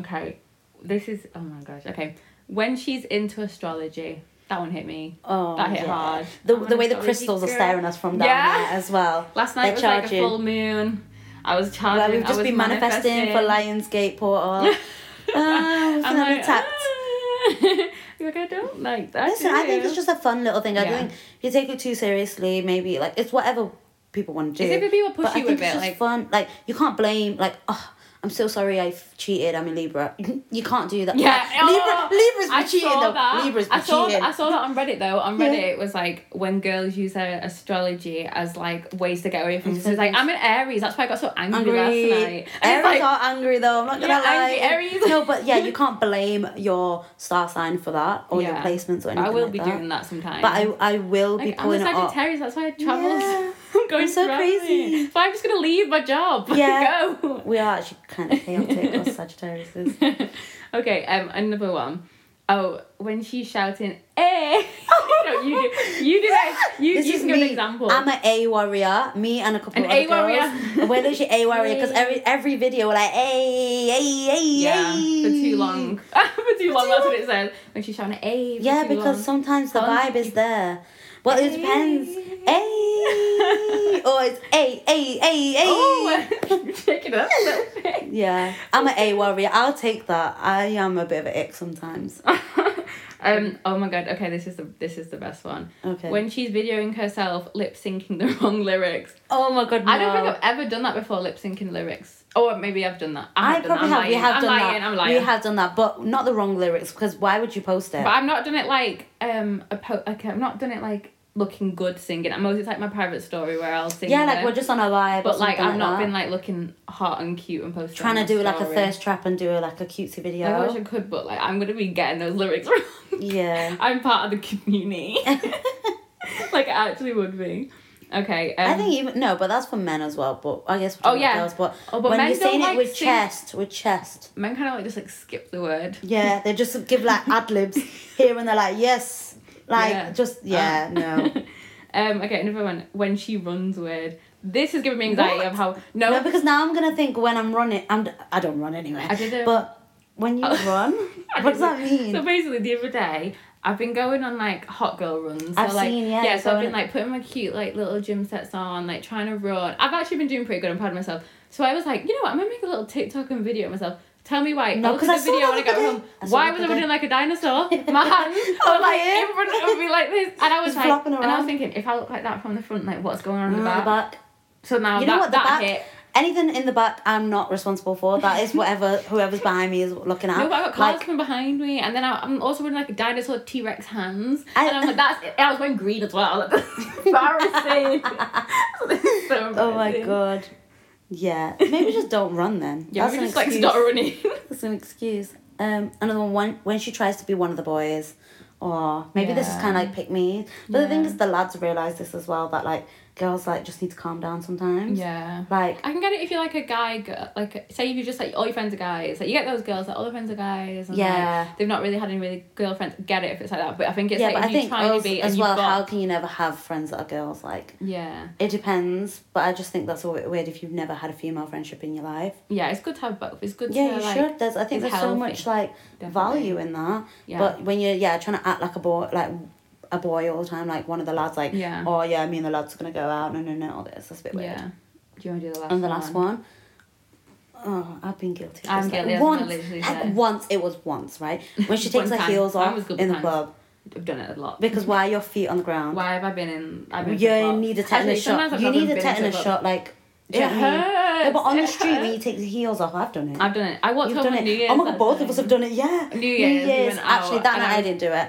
Speaker 2: Okay. This is. Oh my gosh. Okay. When she's into astrology, that one hit me.
Speaker 1: Oh,
Speaker 2: That hit
Speaker 1: yeah.
Speaker 2: hard.
Speaker 1: The,
Speaker 2: I'm
Speaker 1: the
Speaker 2: an
Speaker 1: way the
Speaker 2: astrology
Speaker 1: crystals are
Speaker 2: girl.
Speaker 1: staring us from down
Speaker 2: Yeah.
Speaker 1: there as well.
Speaker 2: (laughs) Last
Speaker 1: They're
Speaker 2: night was like a full moon. I was charging.
Speaker 1: Where we've
Speaker 2: I
Speaker 1: just
Speaker 2: was
Speaker 1: been manifesting, for Lionsgate
Speaker 2: (laughs)
Speaker 1: Portal. Ah,
Speaker 2: I'm
Speaker 1: I'm
Speaker 2: like,
Speaker 1: tapped.
Speaker 2: "Ah." (laughs) You're like, I don't like that.
Speaker 1: Listen, I think
Speaker 2: do
Speaker 1: it's
Speaker 2: you?"
Speaker 1: just a fun little thing. I don't
Speaker 2: Yeah.
Speaker 1: think if you take it too seriously, maybe like it's whatever people want to do.
Speaker 2: It's if people push
Speaker 1: but I
Speaker 2: you
Speaker 1: think
Speaker 2: a
Speaker 1: it's
Speaker 2: bit,
Speaker 1: just
Speaker 2: like-
Speaker 1: fun. Like you can't blame like oh. I'm so sorry I cheated. I'm a Libra. (laughs) You can't do that.
Speaker 2: Yeah,
Speaker 1: Like,
Speaker 2: oh,
Speaker 1: Libra, Libra's
Speaker 2: I
Speaker 1: be cheating
Speaker 2: saw
Speaker 1: though.
Speaker 2: that.
Speaker 1: Libra's be
Speaker 2: I saw,
Speaker 1: cheating.
Speaker 2: I saw that on Reddit though. On
Speaker 1: Yeah.
Speaker 2: Reddit, it was like when girls use their astrology as like ways to get away from.
Speaker 1: And
Speaker 2: things. It's like
Speaker 1: things.
Speaker 2: I'm an Aries. That's why I got so angry,
Speaker 1: angry.
Speaker 2: last night.
Speaker 1: Aries
Speaker 2: And it's like,
Speaker 1: are angry though. I'm not gonna
Speaker 2: Yeah,
Speaker 1: lie.
Speaker 2: angry Aries.
Speaker 1: No, but yeah, you can't blame your star sign for that or your
Speaker 2: Yeah.
Speaker 1: placements or anything.
Speaker 2: I will
Speaker 1: like
Speaker 2: be
Speaker 1: that.
Speaker 2: doing that sometimes.
Speaker 1: But I, I will be
Speaker 2: like, I'm a
Speaker 1: pulling it up.
Speaker 2: Sagittarius. That's why I travelled.
Speaker 1: Yeah.
Speaker 2: (laughs) I'm going
Speaker 1: You're so
Speaker 2: travelling.
Speaker 1: crazy.
Speaker 2: So I'm just gonna leave my job. (laughs)
Speaker 1: Yeah.
Speaker 2: Go.
Speaker 1: We are actually kind of chaotic as Sagittarius is.
Speaker 2: okay, um, another one. Oh, when she's shouting, "Eh!" (laughs) no, you do. You do. it. You,
Speaker 1: This
Speaker 2: you
Speaker 1: is
Speaker 2: can give
Speaker 1: me.
Speaker 2: an example.
Speaker 1: I'm an A warrior. Me and a couple
Speaker 2: An
Speaker 1: of other
Speaker 2: A warrior.
Speaker 1: girls. We're literally A warrior
Speaker 2: (laughs)
Speaker 1: because every every video we're like A A A
Speaker 2: yeah,
Speaker 1: A.
Speaker 2: for too long. (laughs) for too long.
Speaker 1: too
Speaker 2: That's what it says. When she's shouting, "Eh!" For
Speaker 1: Yeah,
Speaker 2: too
Speaker 1: because
Speaker 2: long.
Speaker 1: sometimes the
Speaker 2: How long
Speaker 1: vibe is there. Well, it depends.
Speaker 2: (laughs)
Speaker 1: A or it's A A A A.
Speaker 2: Oh, shaking it up a little bit. (laughs)
Speaker 1: Yeah, I'm an A warrior. I'll take that. I am a bit of an ick sometimes.
Speaker 2: um. Oh my god. Okay, this is the this is the best one.
Speaker 1: Okay.
Speaker 2: When she's videoing herself lip syncing the (laughs) wrong lyrics.
Speaker 1: oh my god, no.
Speaker 2: I don't think I've ever done that before, lip syncing lyrics. Or maybe I've done that.
Speaker 1: I
Speaker 2: haven't done that.
Speaker 1: probably have.
Speaker 2: I'm
Speaker 1: We have
Speaker 2: lying. I'm
Speaker 1: done
Speaker 2: lying.
Speaker 1: that.
Speaker 2: I'm lying.
Speaker 1: We have done that, but not the wrong lyrics because why would you post it?
Speaker 2: But I've not done it like um a po- okay, I've not done it like looking good singing. I'm always it's like my private story where I'll sing.
Speaker 1: yeah, like
Speaker 2: there.
Speaker 1: we're just on a vibe. or
Speaker 2: But like
Speaker 1: something
Speaker 2: I've not
Speaker 1: that.
Speaker 2: been like looking hot and cute and posting.
Speaker 1: trying to
Speaker 2: on
Speaker 1: do
Speaker 2: my
Speaker 1: like a
Speaker 2: story.
Speaker 1: thirst trap and do like a cutesy
Speaker 2: Like, I wish
Speaker 1: video.
Speaker 2: I could, but like I'm gonna be getting those lyrics (laughs) wrong.
Speaker 1: Yeah.
Speaker 2: I'm part of the community.
Speaker 1: (laughs)
Speaker 2: like I actually would be. Okay. Um,
Speaker 1: I think even no, but that's for men as well. But I guess
Speaker 2: Oh,
Speaker 1: we're talking about
Speaker 2: yeah.
Speaker 1: girls. But,
Speaker 2: Oh, but
Speaker 1: when
Speaker 2: men
Speaker 1: you're saying
Speaker 2: don't
Speaker 1: it
Speaker 2: like
Speaker 1: with
Speaker 2: sing-
Speaker 1: chest, with chest,
Speaker 2: men kind of like just like skip the word.
Speaker 1: yeah, they just give like
Speaker 2: (laughs)
Speaker 1: ad libs here and they're like yes, like
Speaker 2: Yeah.
Speaker 1: just yeah,
Speaker 2: Ah. (laughs)
Speaker 1: no.
Speaker 2: Um, okay, another one. When she runs weird. This is giving me anxiety
Speaker 1: What?
Speaker 2: of how no,
Speaker 1: No,
Speaker 2: (laughs)
Speaker 1: because now I'm gonna think when I'm running. I'm I don't run anywhere.
Speaker 2: I did a-
Speaker 1: But
Speaker 2: (laughs)
Speaker 1: when you
Speaker 2: Oh.
Speaker 1: run, what does that mean?
Speaker 2: So basically, the other day, I've been going on like hot girl runs. So,
Speaker 1: I've
Speaker 2: like,
Speaker 1: seen, yeah,
Speaker 2: so I've
Speaker 1: going-
Speaker 2: been like putting my cute like little gym sets on, like trying to run. I've actually been doing pretty good. I'm proud of myself. So I was like, you know what? I'm gonna make a little TikTok and video of myself. Tell me why.
Speaker 1: No,
Speaker 2: looked
Speaker 1: 'cause
Speaker 2: at
Speaker 1: I
Speaker 2: the
Speaker 1: saw
Speaker 2: video
Speaker 1: that
Speaker 2: when I
Speaker 1: the
Speaker 2: got
Speaker 1: other
Speaker 2: home.
Speaker 1: day. I saw
Speaker 2: Why
Speaker 1: that the
Speaker 2: was I
Speaker 1: other
Speaker 2: running
Speaker 1: day.
Speaker 2: like a
Speaker 1: (laughs)
Speaker 2: dinosaur? My hands
Speaker 1: Oh,
Speaker 2: were like
Speaker 1: yeah.
Speaker 2: in front of me like this, and
Speaker 1: (laughs)
Speaker 2: I was
Speaker 1: Just
Speaker 2: like,
Speaker 1: flopping
Speaker 2: and I
Speaker 1: around.
Speaker 2: was thinking, if I look like that from the front, like what's going on in
Speaker 1: Mm,
Speaker 2: the
Speaker 1: the
Speaker 2: back?
Speaker 1: back.
Speaker 2: So now
Speaker 1: You
Speaker 2: that
Speaker 1: know what? The
Speaker 2: that
Speaker 1: back.
Speaker 2: hit.
Speaker 1: Anything in the back, I'm not responsible for. That is whatever (laughs) whoever's behind me is looking at.
Speaker 2: No, but I got cars
Speaker 1: Like,
Speaker 2: from behind me, and then I, I'm also wearing like a dinosaur T Rex hands,
Speaker 1: I-
Speaker 2: and I'm like, that's. It. I was wearing green as well. (laughs) Like,
Speaker 1: (laughs)
Speaker 2: that's embarrassing. This is so
Speaker 1: Oh my
Speaker 2: embarrassing.
Speaker 1: god. Yeah. Maybe just don't run then.
Speaker 2: Yeah,
Speaker 1: That's
Speaker 2: we
Speaker 1: an
Speaker 2: just like
Speaker 1: excuse.
Speaker 2: start running. (laughs)
Speaker 1: That's an excuse. Um, another one when, when she tries to be one of the boys, or maybe this is
Speaker 2: Yeah.
Speaker 1: kind of like pick me. But the thing
Speaker 2: Yeah.
Speaker 1: is, the lads realize this as well that like girls like just need to calm down sometimes.
Speaker 2: Yeah.
Speaker 1: Like
Speaker 2: I can get it if you're like a guy, g- like say if you just like all your friends are guys, like you get those girls that all their friends are guys. And,
Speaker 1: Yeah.
Speaker 2: Like, they've not really had any really girlfriends. Get it if it's like that, but I think it's
Speaker 1: yeah,
Speaker 2: like
Speaker 1: but
Speaker 2: if
Speaker 1: I
Speaker 2: you
Speaker 1: think
Speaker 2: try to
Speaker 1: girls
Speaker 2: be and
Speaker 1: as
Speaker 2: you've
Speaker 1: well.
Speaker 2: got
Speaker 1: How can you never have friends that are girls? Like
Speaker 2: yeah,
Speaker 1: it depends, but I just think that's a bit weird if you've never had a female friendship in your life.
Speaker 2: yeah, it's good to have both. It's good
Speaker 1: Yeah,
Speaker 2: to
Speaker 1: you
Speaker 2: like
Speaker 1: should. There's I think
Speaker 2: it's
Speaker 1: there's so much
Speaker 2: healthy,
Speaker 1: like
Speaker 2: definitely.
Speaker 1: value in that.
Speaker 2: Yeah.
Speaker 1: But when you're yeah trying to act like a boy like a boy all the time, like one of the lads, like
Speaker 2: Yeah.
Speaker 1: oh yeah, me and the lads are gonna go out and no no all this. That's a bit weird.
Speaker 2: yeah. Do you want to do the last?
Speaker 1: And the last one. Oh, I've been guilty. of
Speaker 2: I'm
Speaker 1: this, like,
Speaker 2: guilty, that's what I
Speaker 1: once,
Speaker 2: literally
Speaker 1: like,
Speaker 2: said.
Speaker 1: once it was once,
Speaker 2: (laughs)
Speaker 1: right? When she
Speaker 2: One
Speaker 1: takes her
Speaker 2: time.
Speaker 1: heels
Speaker 2: Mine
Speaker 1: off
Speaker 2: was good
Speaker 1: in the
Speaker 2: times.
Speaker 1: club,
Speaker 2: I've done it a lot.
Speaker 1: because why are your feet on the ground?
Speaker 2: Why have I been in? I've been
Speaker 1: you
Speaker 2: in football.
Speaker 1: need a
Speaker 2: Actually,
Speaker 1: tetanus
Speaker 2: sometimes
Speaker 1: shot.
Speaker 2: I've
Speaker 1: You
Speaker 2: not
Speaker 1: need
Speaker 2: even
Speaker 1: a
Speaker 2: been to
Speaker 1: tetanus
Speaker 2: football.
Speaker 1: shot, like. do you
Speaker 2: It
Speaker 1: know what I mean? No, but on the
Speaker 2: hurts, it
Speaker 1: street when you
Speaker 2: hurts.
Speaker 1: take the heels off, I've done it.
Speaker 2: I've done it. I walked
Speaker 1: You've
Speaker 2: home
Speaker 1: done
Speaker 2: on
Speaker 1: it.
Speaker 2: New Year's.
Speaker 1: oh my god, both of
Speaker 2: actually.
Speaker 1: us have done it. Yeah.
Speaker 2: New Year's, we went out,
Speaker 1: Actually, that
Speaker 2: and
Speaker 1: night
Speaker 2: I
Speaker 1: I
Speaker 2: was-
Speaker 1: didn't do it,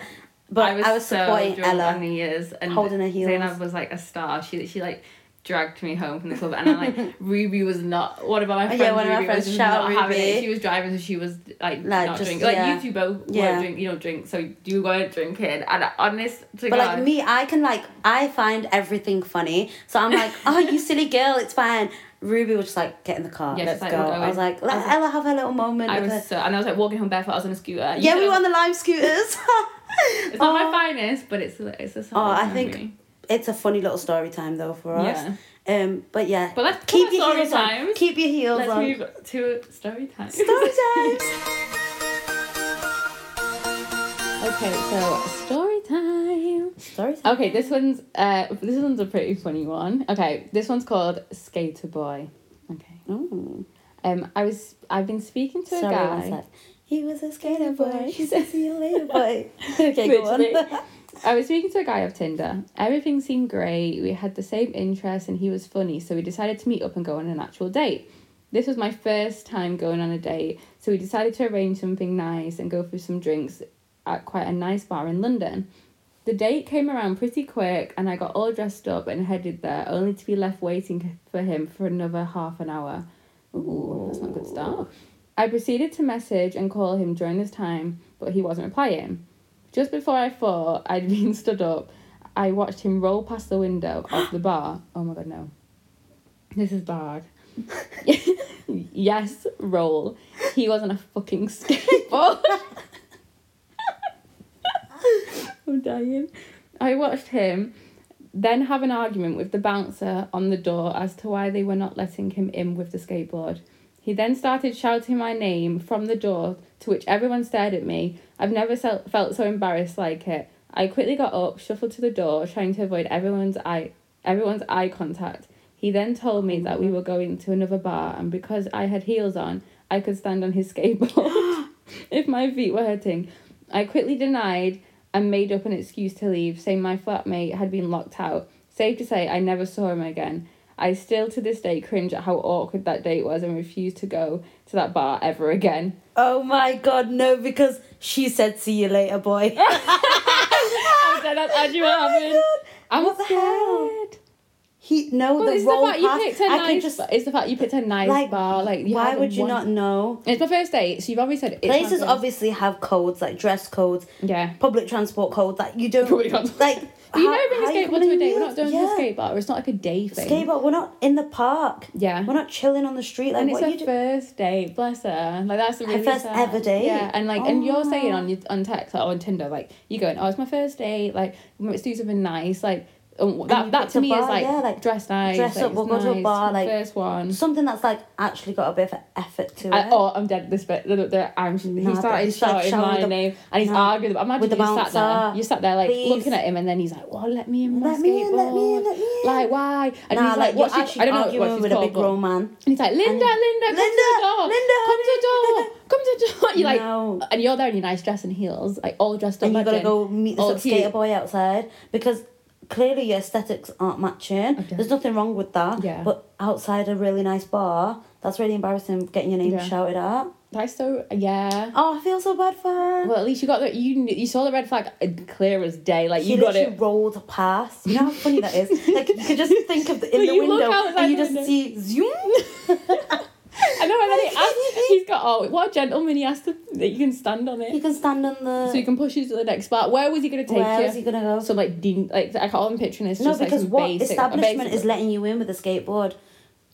Speaker 1: but I was,
Speaker 2: so
Speaker 1: supporting
Speaker 2: drunk on
Speaker 1: Ella.
Speaker 2: New Year's and
Speaker 1: holding her heels.
Speaker 2: Zainab was like a star. She she like dragged me home from the club and
Speaker 1: (laughs)
Speaker 2: I like Ruby was not one of my
Speaker 1: yeah,
Speaker 2: friends.
Speaker 1: one of my
Speaker 2: Ruby
Speaker 1: friends,
Speaker 2: was
Speaker 1: shout
Speaker 2: not
Speaker 1: out
Speaker 2: having it.
Speaker 1: Ruby.
Speaker 2: She was driving, so she was like,
Speaker 1: Like,
Speaker 2: not
Speaker 1: just-
Speaker 2: drinking.
Speaker 1: yeah.
Speaker 2: Like you two both
Speaker 1: Yeah.
Speaker 2: won't drink. You don't drink, so you weren't drinking. And I, honest to
Speaker 1: But
Speaker 2: God,
Speaker 1: like me, I can like I find everything funny, so I'm
Speaker 2: (laughs)
Speaker 1: like, oh, you silly girl, it's fine. Ruby was just like, get in the car,
Speaker 2: Yeah,
Speaker 1: let's
Speaker 2: she's like,
Speaker 1: go.
Speaker 2: we're
Speaker 1: I was
Speaker 2: going.
Speaker 1: like, let
Speaker 2: I was-
Speaker 1: Ella have her little moment.
Speaker 2: I
Speaker 1: with
Speaker 2: was
Speaker 1: her.
Speaker 2: so and I was like walking home barefoot. I was on a scooter. You
Speaker 1: Yeah, we
Speaker 2: said-
Speaker 1: were on the lime scooters.
Speaker 2: (laughs) It's not
Speaker 1: Oh.
Speaker 2: my finest, but it's a, it's a solid
Speaker 1: Oh, I think-
Speaker 2: memory.
Speaker 1: it's a funny little story time though for us.
Speaker 2: Yeah.
Speaker 1: Um, but yeah.
Speaker 2: But let's
Speaker 1: keep
Speaker 2: come
Speaker 1: your
Speaker 2: on
Speaker 1: heels
Speaker 2: story
Speaker 1: on.
Speaker 2: times.
Speaker 1: Keep your heels
Speaker 2: Let's
Speaker 1: on.
Speaker 2: move to story time. (laughs)
Speaker 1: Story times.
Speaker 2: okay, so story time.
Speaker 1: story time.
Speaker 2: Okay, this one's uh, this one's a pretty funny one. Okay, this one's called Skater Boy. Okay.
Speaker 1: Ooh.
Speaker 2: Um, I was I've been speaking to a
Speaker 1: Mm, Sorry,
Speaker 2: guy.
Speaker 1: one sec. He was a skater boy. He
Speaker 2: He's
Speaker 1: said, "See you later,
Speaker 2: (laughs)
Speaker 1: boy." (laughs) okay, go on.
Speaker 2: Literally. I was speaking to a guy off Tinder. Everything seemed great. We had the same interests and he was funny, so we decided to meet up and go on an actual date. This was my first time going on a date, so we decided to arrange something nice and go for some drinks at quite a nice bar in London. The date came around pretty quick and I got all dressed up and headed there, only to be left waiting for him for another half an hour. Ooh, that's not a good start. I proceeded to message and call him during this time, but he wasn't replying. Just before I thought I'd (laughs) been stood up, I watched him roll past the window of the bar. (gasps) Oh my god, no. This is bad. (laughs) yes, roll. He was on a fucking (laughs) skateboard. I'm dying. I watched him then have an argument with the bouncer on the door as to why they were not letting him in with the skateboard. He then started shouting my name from the door, to which everyone stared at me. I've never se- felt so embarrassed like it. I quickly got up, shuffled to the door, trying to avoid everyone's eye, everyone's eye contact. He then told me that we were going to another bar, and because I had heels on, I could stand on his (laughs) skateboard if my feet were hurting. I quickly denied and made up an excuse to leave, saying my flatmate had been locked out. Safe to say, I never saw him again. I still to this day cringe at how awkward that date was and refuse to go to that bar ever
Speaker 1: (laughs)
Speaker 2: again.
Speaker 1: Oh my god, no! Because she said, "See you later,
Speaker 2: (laughs)
Speaker 1: boy."
Speaker 2: I said that's actually what
Speaker 1: Oh my
Speaker 2: happened.
Speaker 1: God.
Speaker 2: I'm
Speaker 1: What the hell?
Speaker 2: scared.
Speaker 1: He no,
Speaker 2: Well,
Speaker 1: the
Speaker 2: it's the
Speaker 1: roll
Speaker 2: fact you
Speaker 1: past.
Speaker 2: picked a
Speaker 1: I can
Speaker 2: nice.
Speaker 1: just
Speaker 2: it's the fact you picked a nice
Speaker 1: like,
Speaker 2: bar. Like, you
Speaker 1: why
Speaker 2: haven't
Speaker 1: would you
Speaker 2: won-
Speaker 1: not know?
Speaker 2: It's my first date, so you've already said it's my
Speaker 1: Places
Speaker 2: first-
Speaker 1: obviously have codes like dress codes,
Speaker 2: Yeah.
Speaker 1: public transport codes that you don't
Speaker 2: Public transport.
Speaker 1: like.
Speaker 2: But you
Speaker 1: how-
Speaker 2: know, bring a
Speaker 1: how you
Speaker 2: skateboard to a
Speaker 1: gonna
Speaker 2: date. We're
Speaker 1: use-
Speaker 2: not doing
Speaker 1: yeah.
Speaker 2: a skate bar. It's not like a day thing.
Speaker 1: Skateboard. We're not in the park.
Speaker 2: Yeah.
Speaker 1: We're not chilling on the street. Like
Speaker 2: and it's
Speaker 1: what
Speaker 2: her
Speaker 1: you do?
Speaker 2: first date, bless her. Like that's a really
Speaker 1: first
Speaker 2: sad-
Speaker 1: ever date?
Speaker 2: Yeah, and like, and you're saying
Speaker 1: Oh.
Speaker 2: on your, on text or on Tinder, like you're going, oh, it's my first date. Like let's do something nice. Like um,
Speaker 1: you
Speaker 2: that that
Speaker 1: picked a
Speaker 2: to me
Speaker 1: bar,
Speaker 2: is like,
Speaker 1: yeah, like,
Speaker 2: dress nice.
Speaker 1: dress
Speaker 2: like,
Speaker 1: up, we'll
Speaker 2: it's
Speaker 1: go to a
Speaker 2: nice,
Speaker 1: bar, like-
Speaker 2: first one.
Speaker 1: Something that's like actually got a bit of effort to
Speaker 2: I,
Speaker 1: it.
Speaker 2: oh, I'm dead. This bit, the, the, the, I'm,
Speaker 1: Nah,
Speaker 2: he
Speaker 1: but
Speaker 2: started
Speaker 1: he started
Speaker 2: shouting
Speaker 1: shouting
Speaker 2: my
Speaker 1: the-
Speaker 2: name, and he's
Speaker 1: nah.
Speaker 2: arguing. But imagine
Speaker 1: With the
Speaker 2: you sat there,
Speaker 1: bouncer.
Speaker 2: you sat there like
Speaker 1: Please.
Speaker 2: looking at him, and then he's like, "Oh, let me in my
Speaker 1: Let
Speaker 2: skateboard."
Speaker 1: me in, let me in, let me in.
Speaker 2: Like why? And
Speaker 1: nah,
Speaker 2: he's
Speaker 1: like,
Speaker 2: like,
Speaker 1: you're
Speaker 2: "What's she?
Speaker 1: actually
Speaker 2: I don't know
Speaker 1: arguing
Speaker 2: what she's
Speaker 1: with a
Speaker 2: called,
Speaker 1: big
Speaker 2: but-
Speaker 1: grown man.
Speaker 2: And he's like, Linda,
Speaker 1: And-
Speaker 2: Linda, come to
Speaker 1: Linda,
Speaker 2: the door.
Speaker 1: Linda,
Speaker 2: come to the door. Come to the door. You're like,
Speaker 1: No.
Speaker 2: and you're there in your nice dress and heels, like all dressed up.
Speaker 1: And you gotta
Speaker 2: imagine. Oh,
Speaker 1: go meet this
Speaker 2: all
Speaker 1: up
Speaker 2: cute.
Speaker 1: skater boy outside because clearly your aesthetics aren't matching.
Speaker 2: Okay.
Speaker 1: There's nothing wrong with that.
Speaker 2: Yeah.
Speaker 1: But outside a really nice bar, that's really embarrassing getting your name
Speaker 2: Yeah.
Speaker 1: shouted at.
Speaker 2: That's so, yeah.
Speaker 1: Oh, I feel so bad for her.
Speaker 2: Well, at least you got the, you kn- you saw the red flag uh, clear as day. Like
Speaker 1: She
Speaker 2: you got
Speaker 1: literally
Speaker 2: it.
Speaker 1: rolled past. You know how funny that
Speaker 2: (laughs)
Speaker 1: is. Like you could just think of the, in
Speaker 2: Like,
Speaker 1: the
Speaker 2: you look
Speaker 1: window
Speaker 2: outside
Speaker 1: and you
Speaker 2: the
Speaker 1: just
Speaker 2: window.
Speaker 1: see zoom.
Speaker 2: I know, and
Speaker 1: (laughs)
Speaker 2: then he asked, he's got, oh, what a gentleman. He asked to- that you can stand on
Speaker 1: You
Speaker 2: it.
Speaker 1: can stand on the.
Speaker 2: So you can push you to the next spot. Where was he going to take
Speaker 1: where
Speaker 2: you?
Speaker 1: is he gonna go?
Speaker 2: Some like, dean, like I can't even picture this.
Speaker 1: no,
Speaker 2: just,
Speaker 1: because
Speaker 2: like, some
Speaker 1: what
Speaker 2: basic, a
Speaker 1: establishment
Speaker 2: basic-
Speaker 1: is letting you in with a skateboard?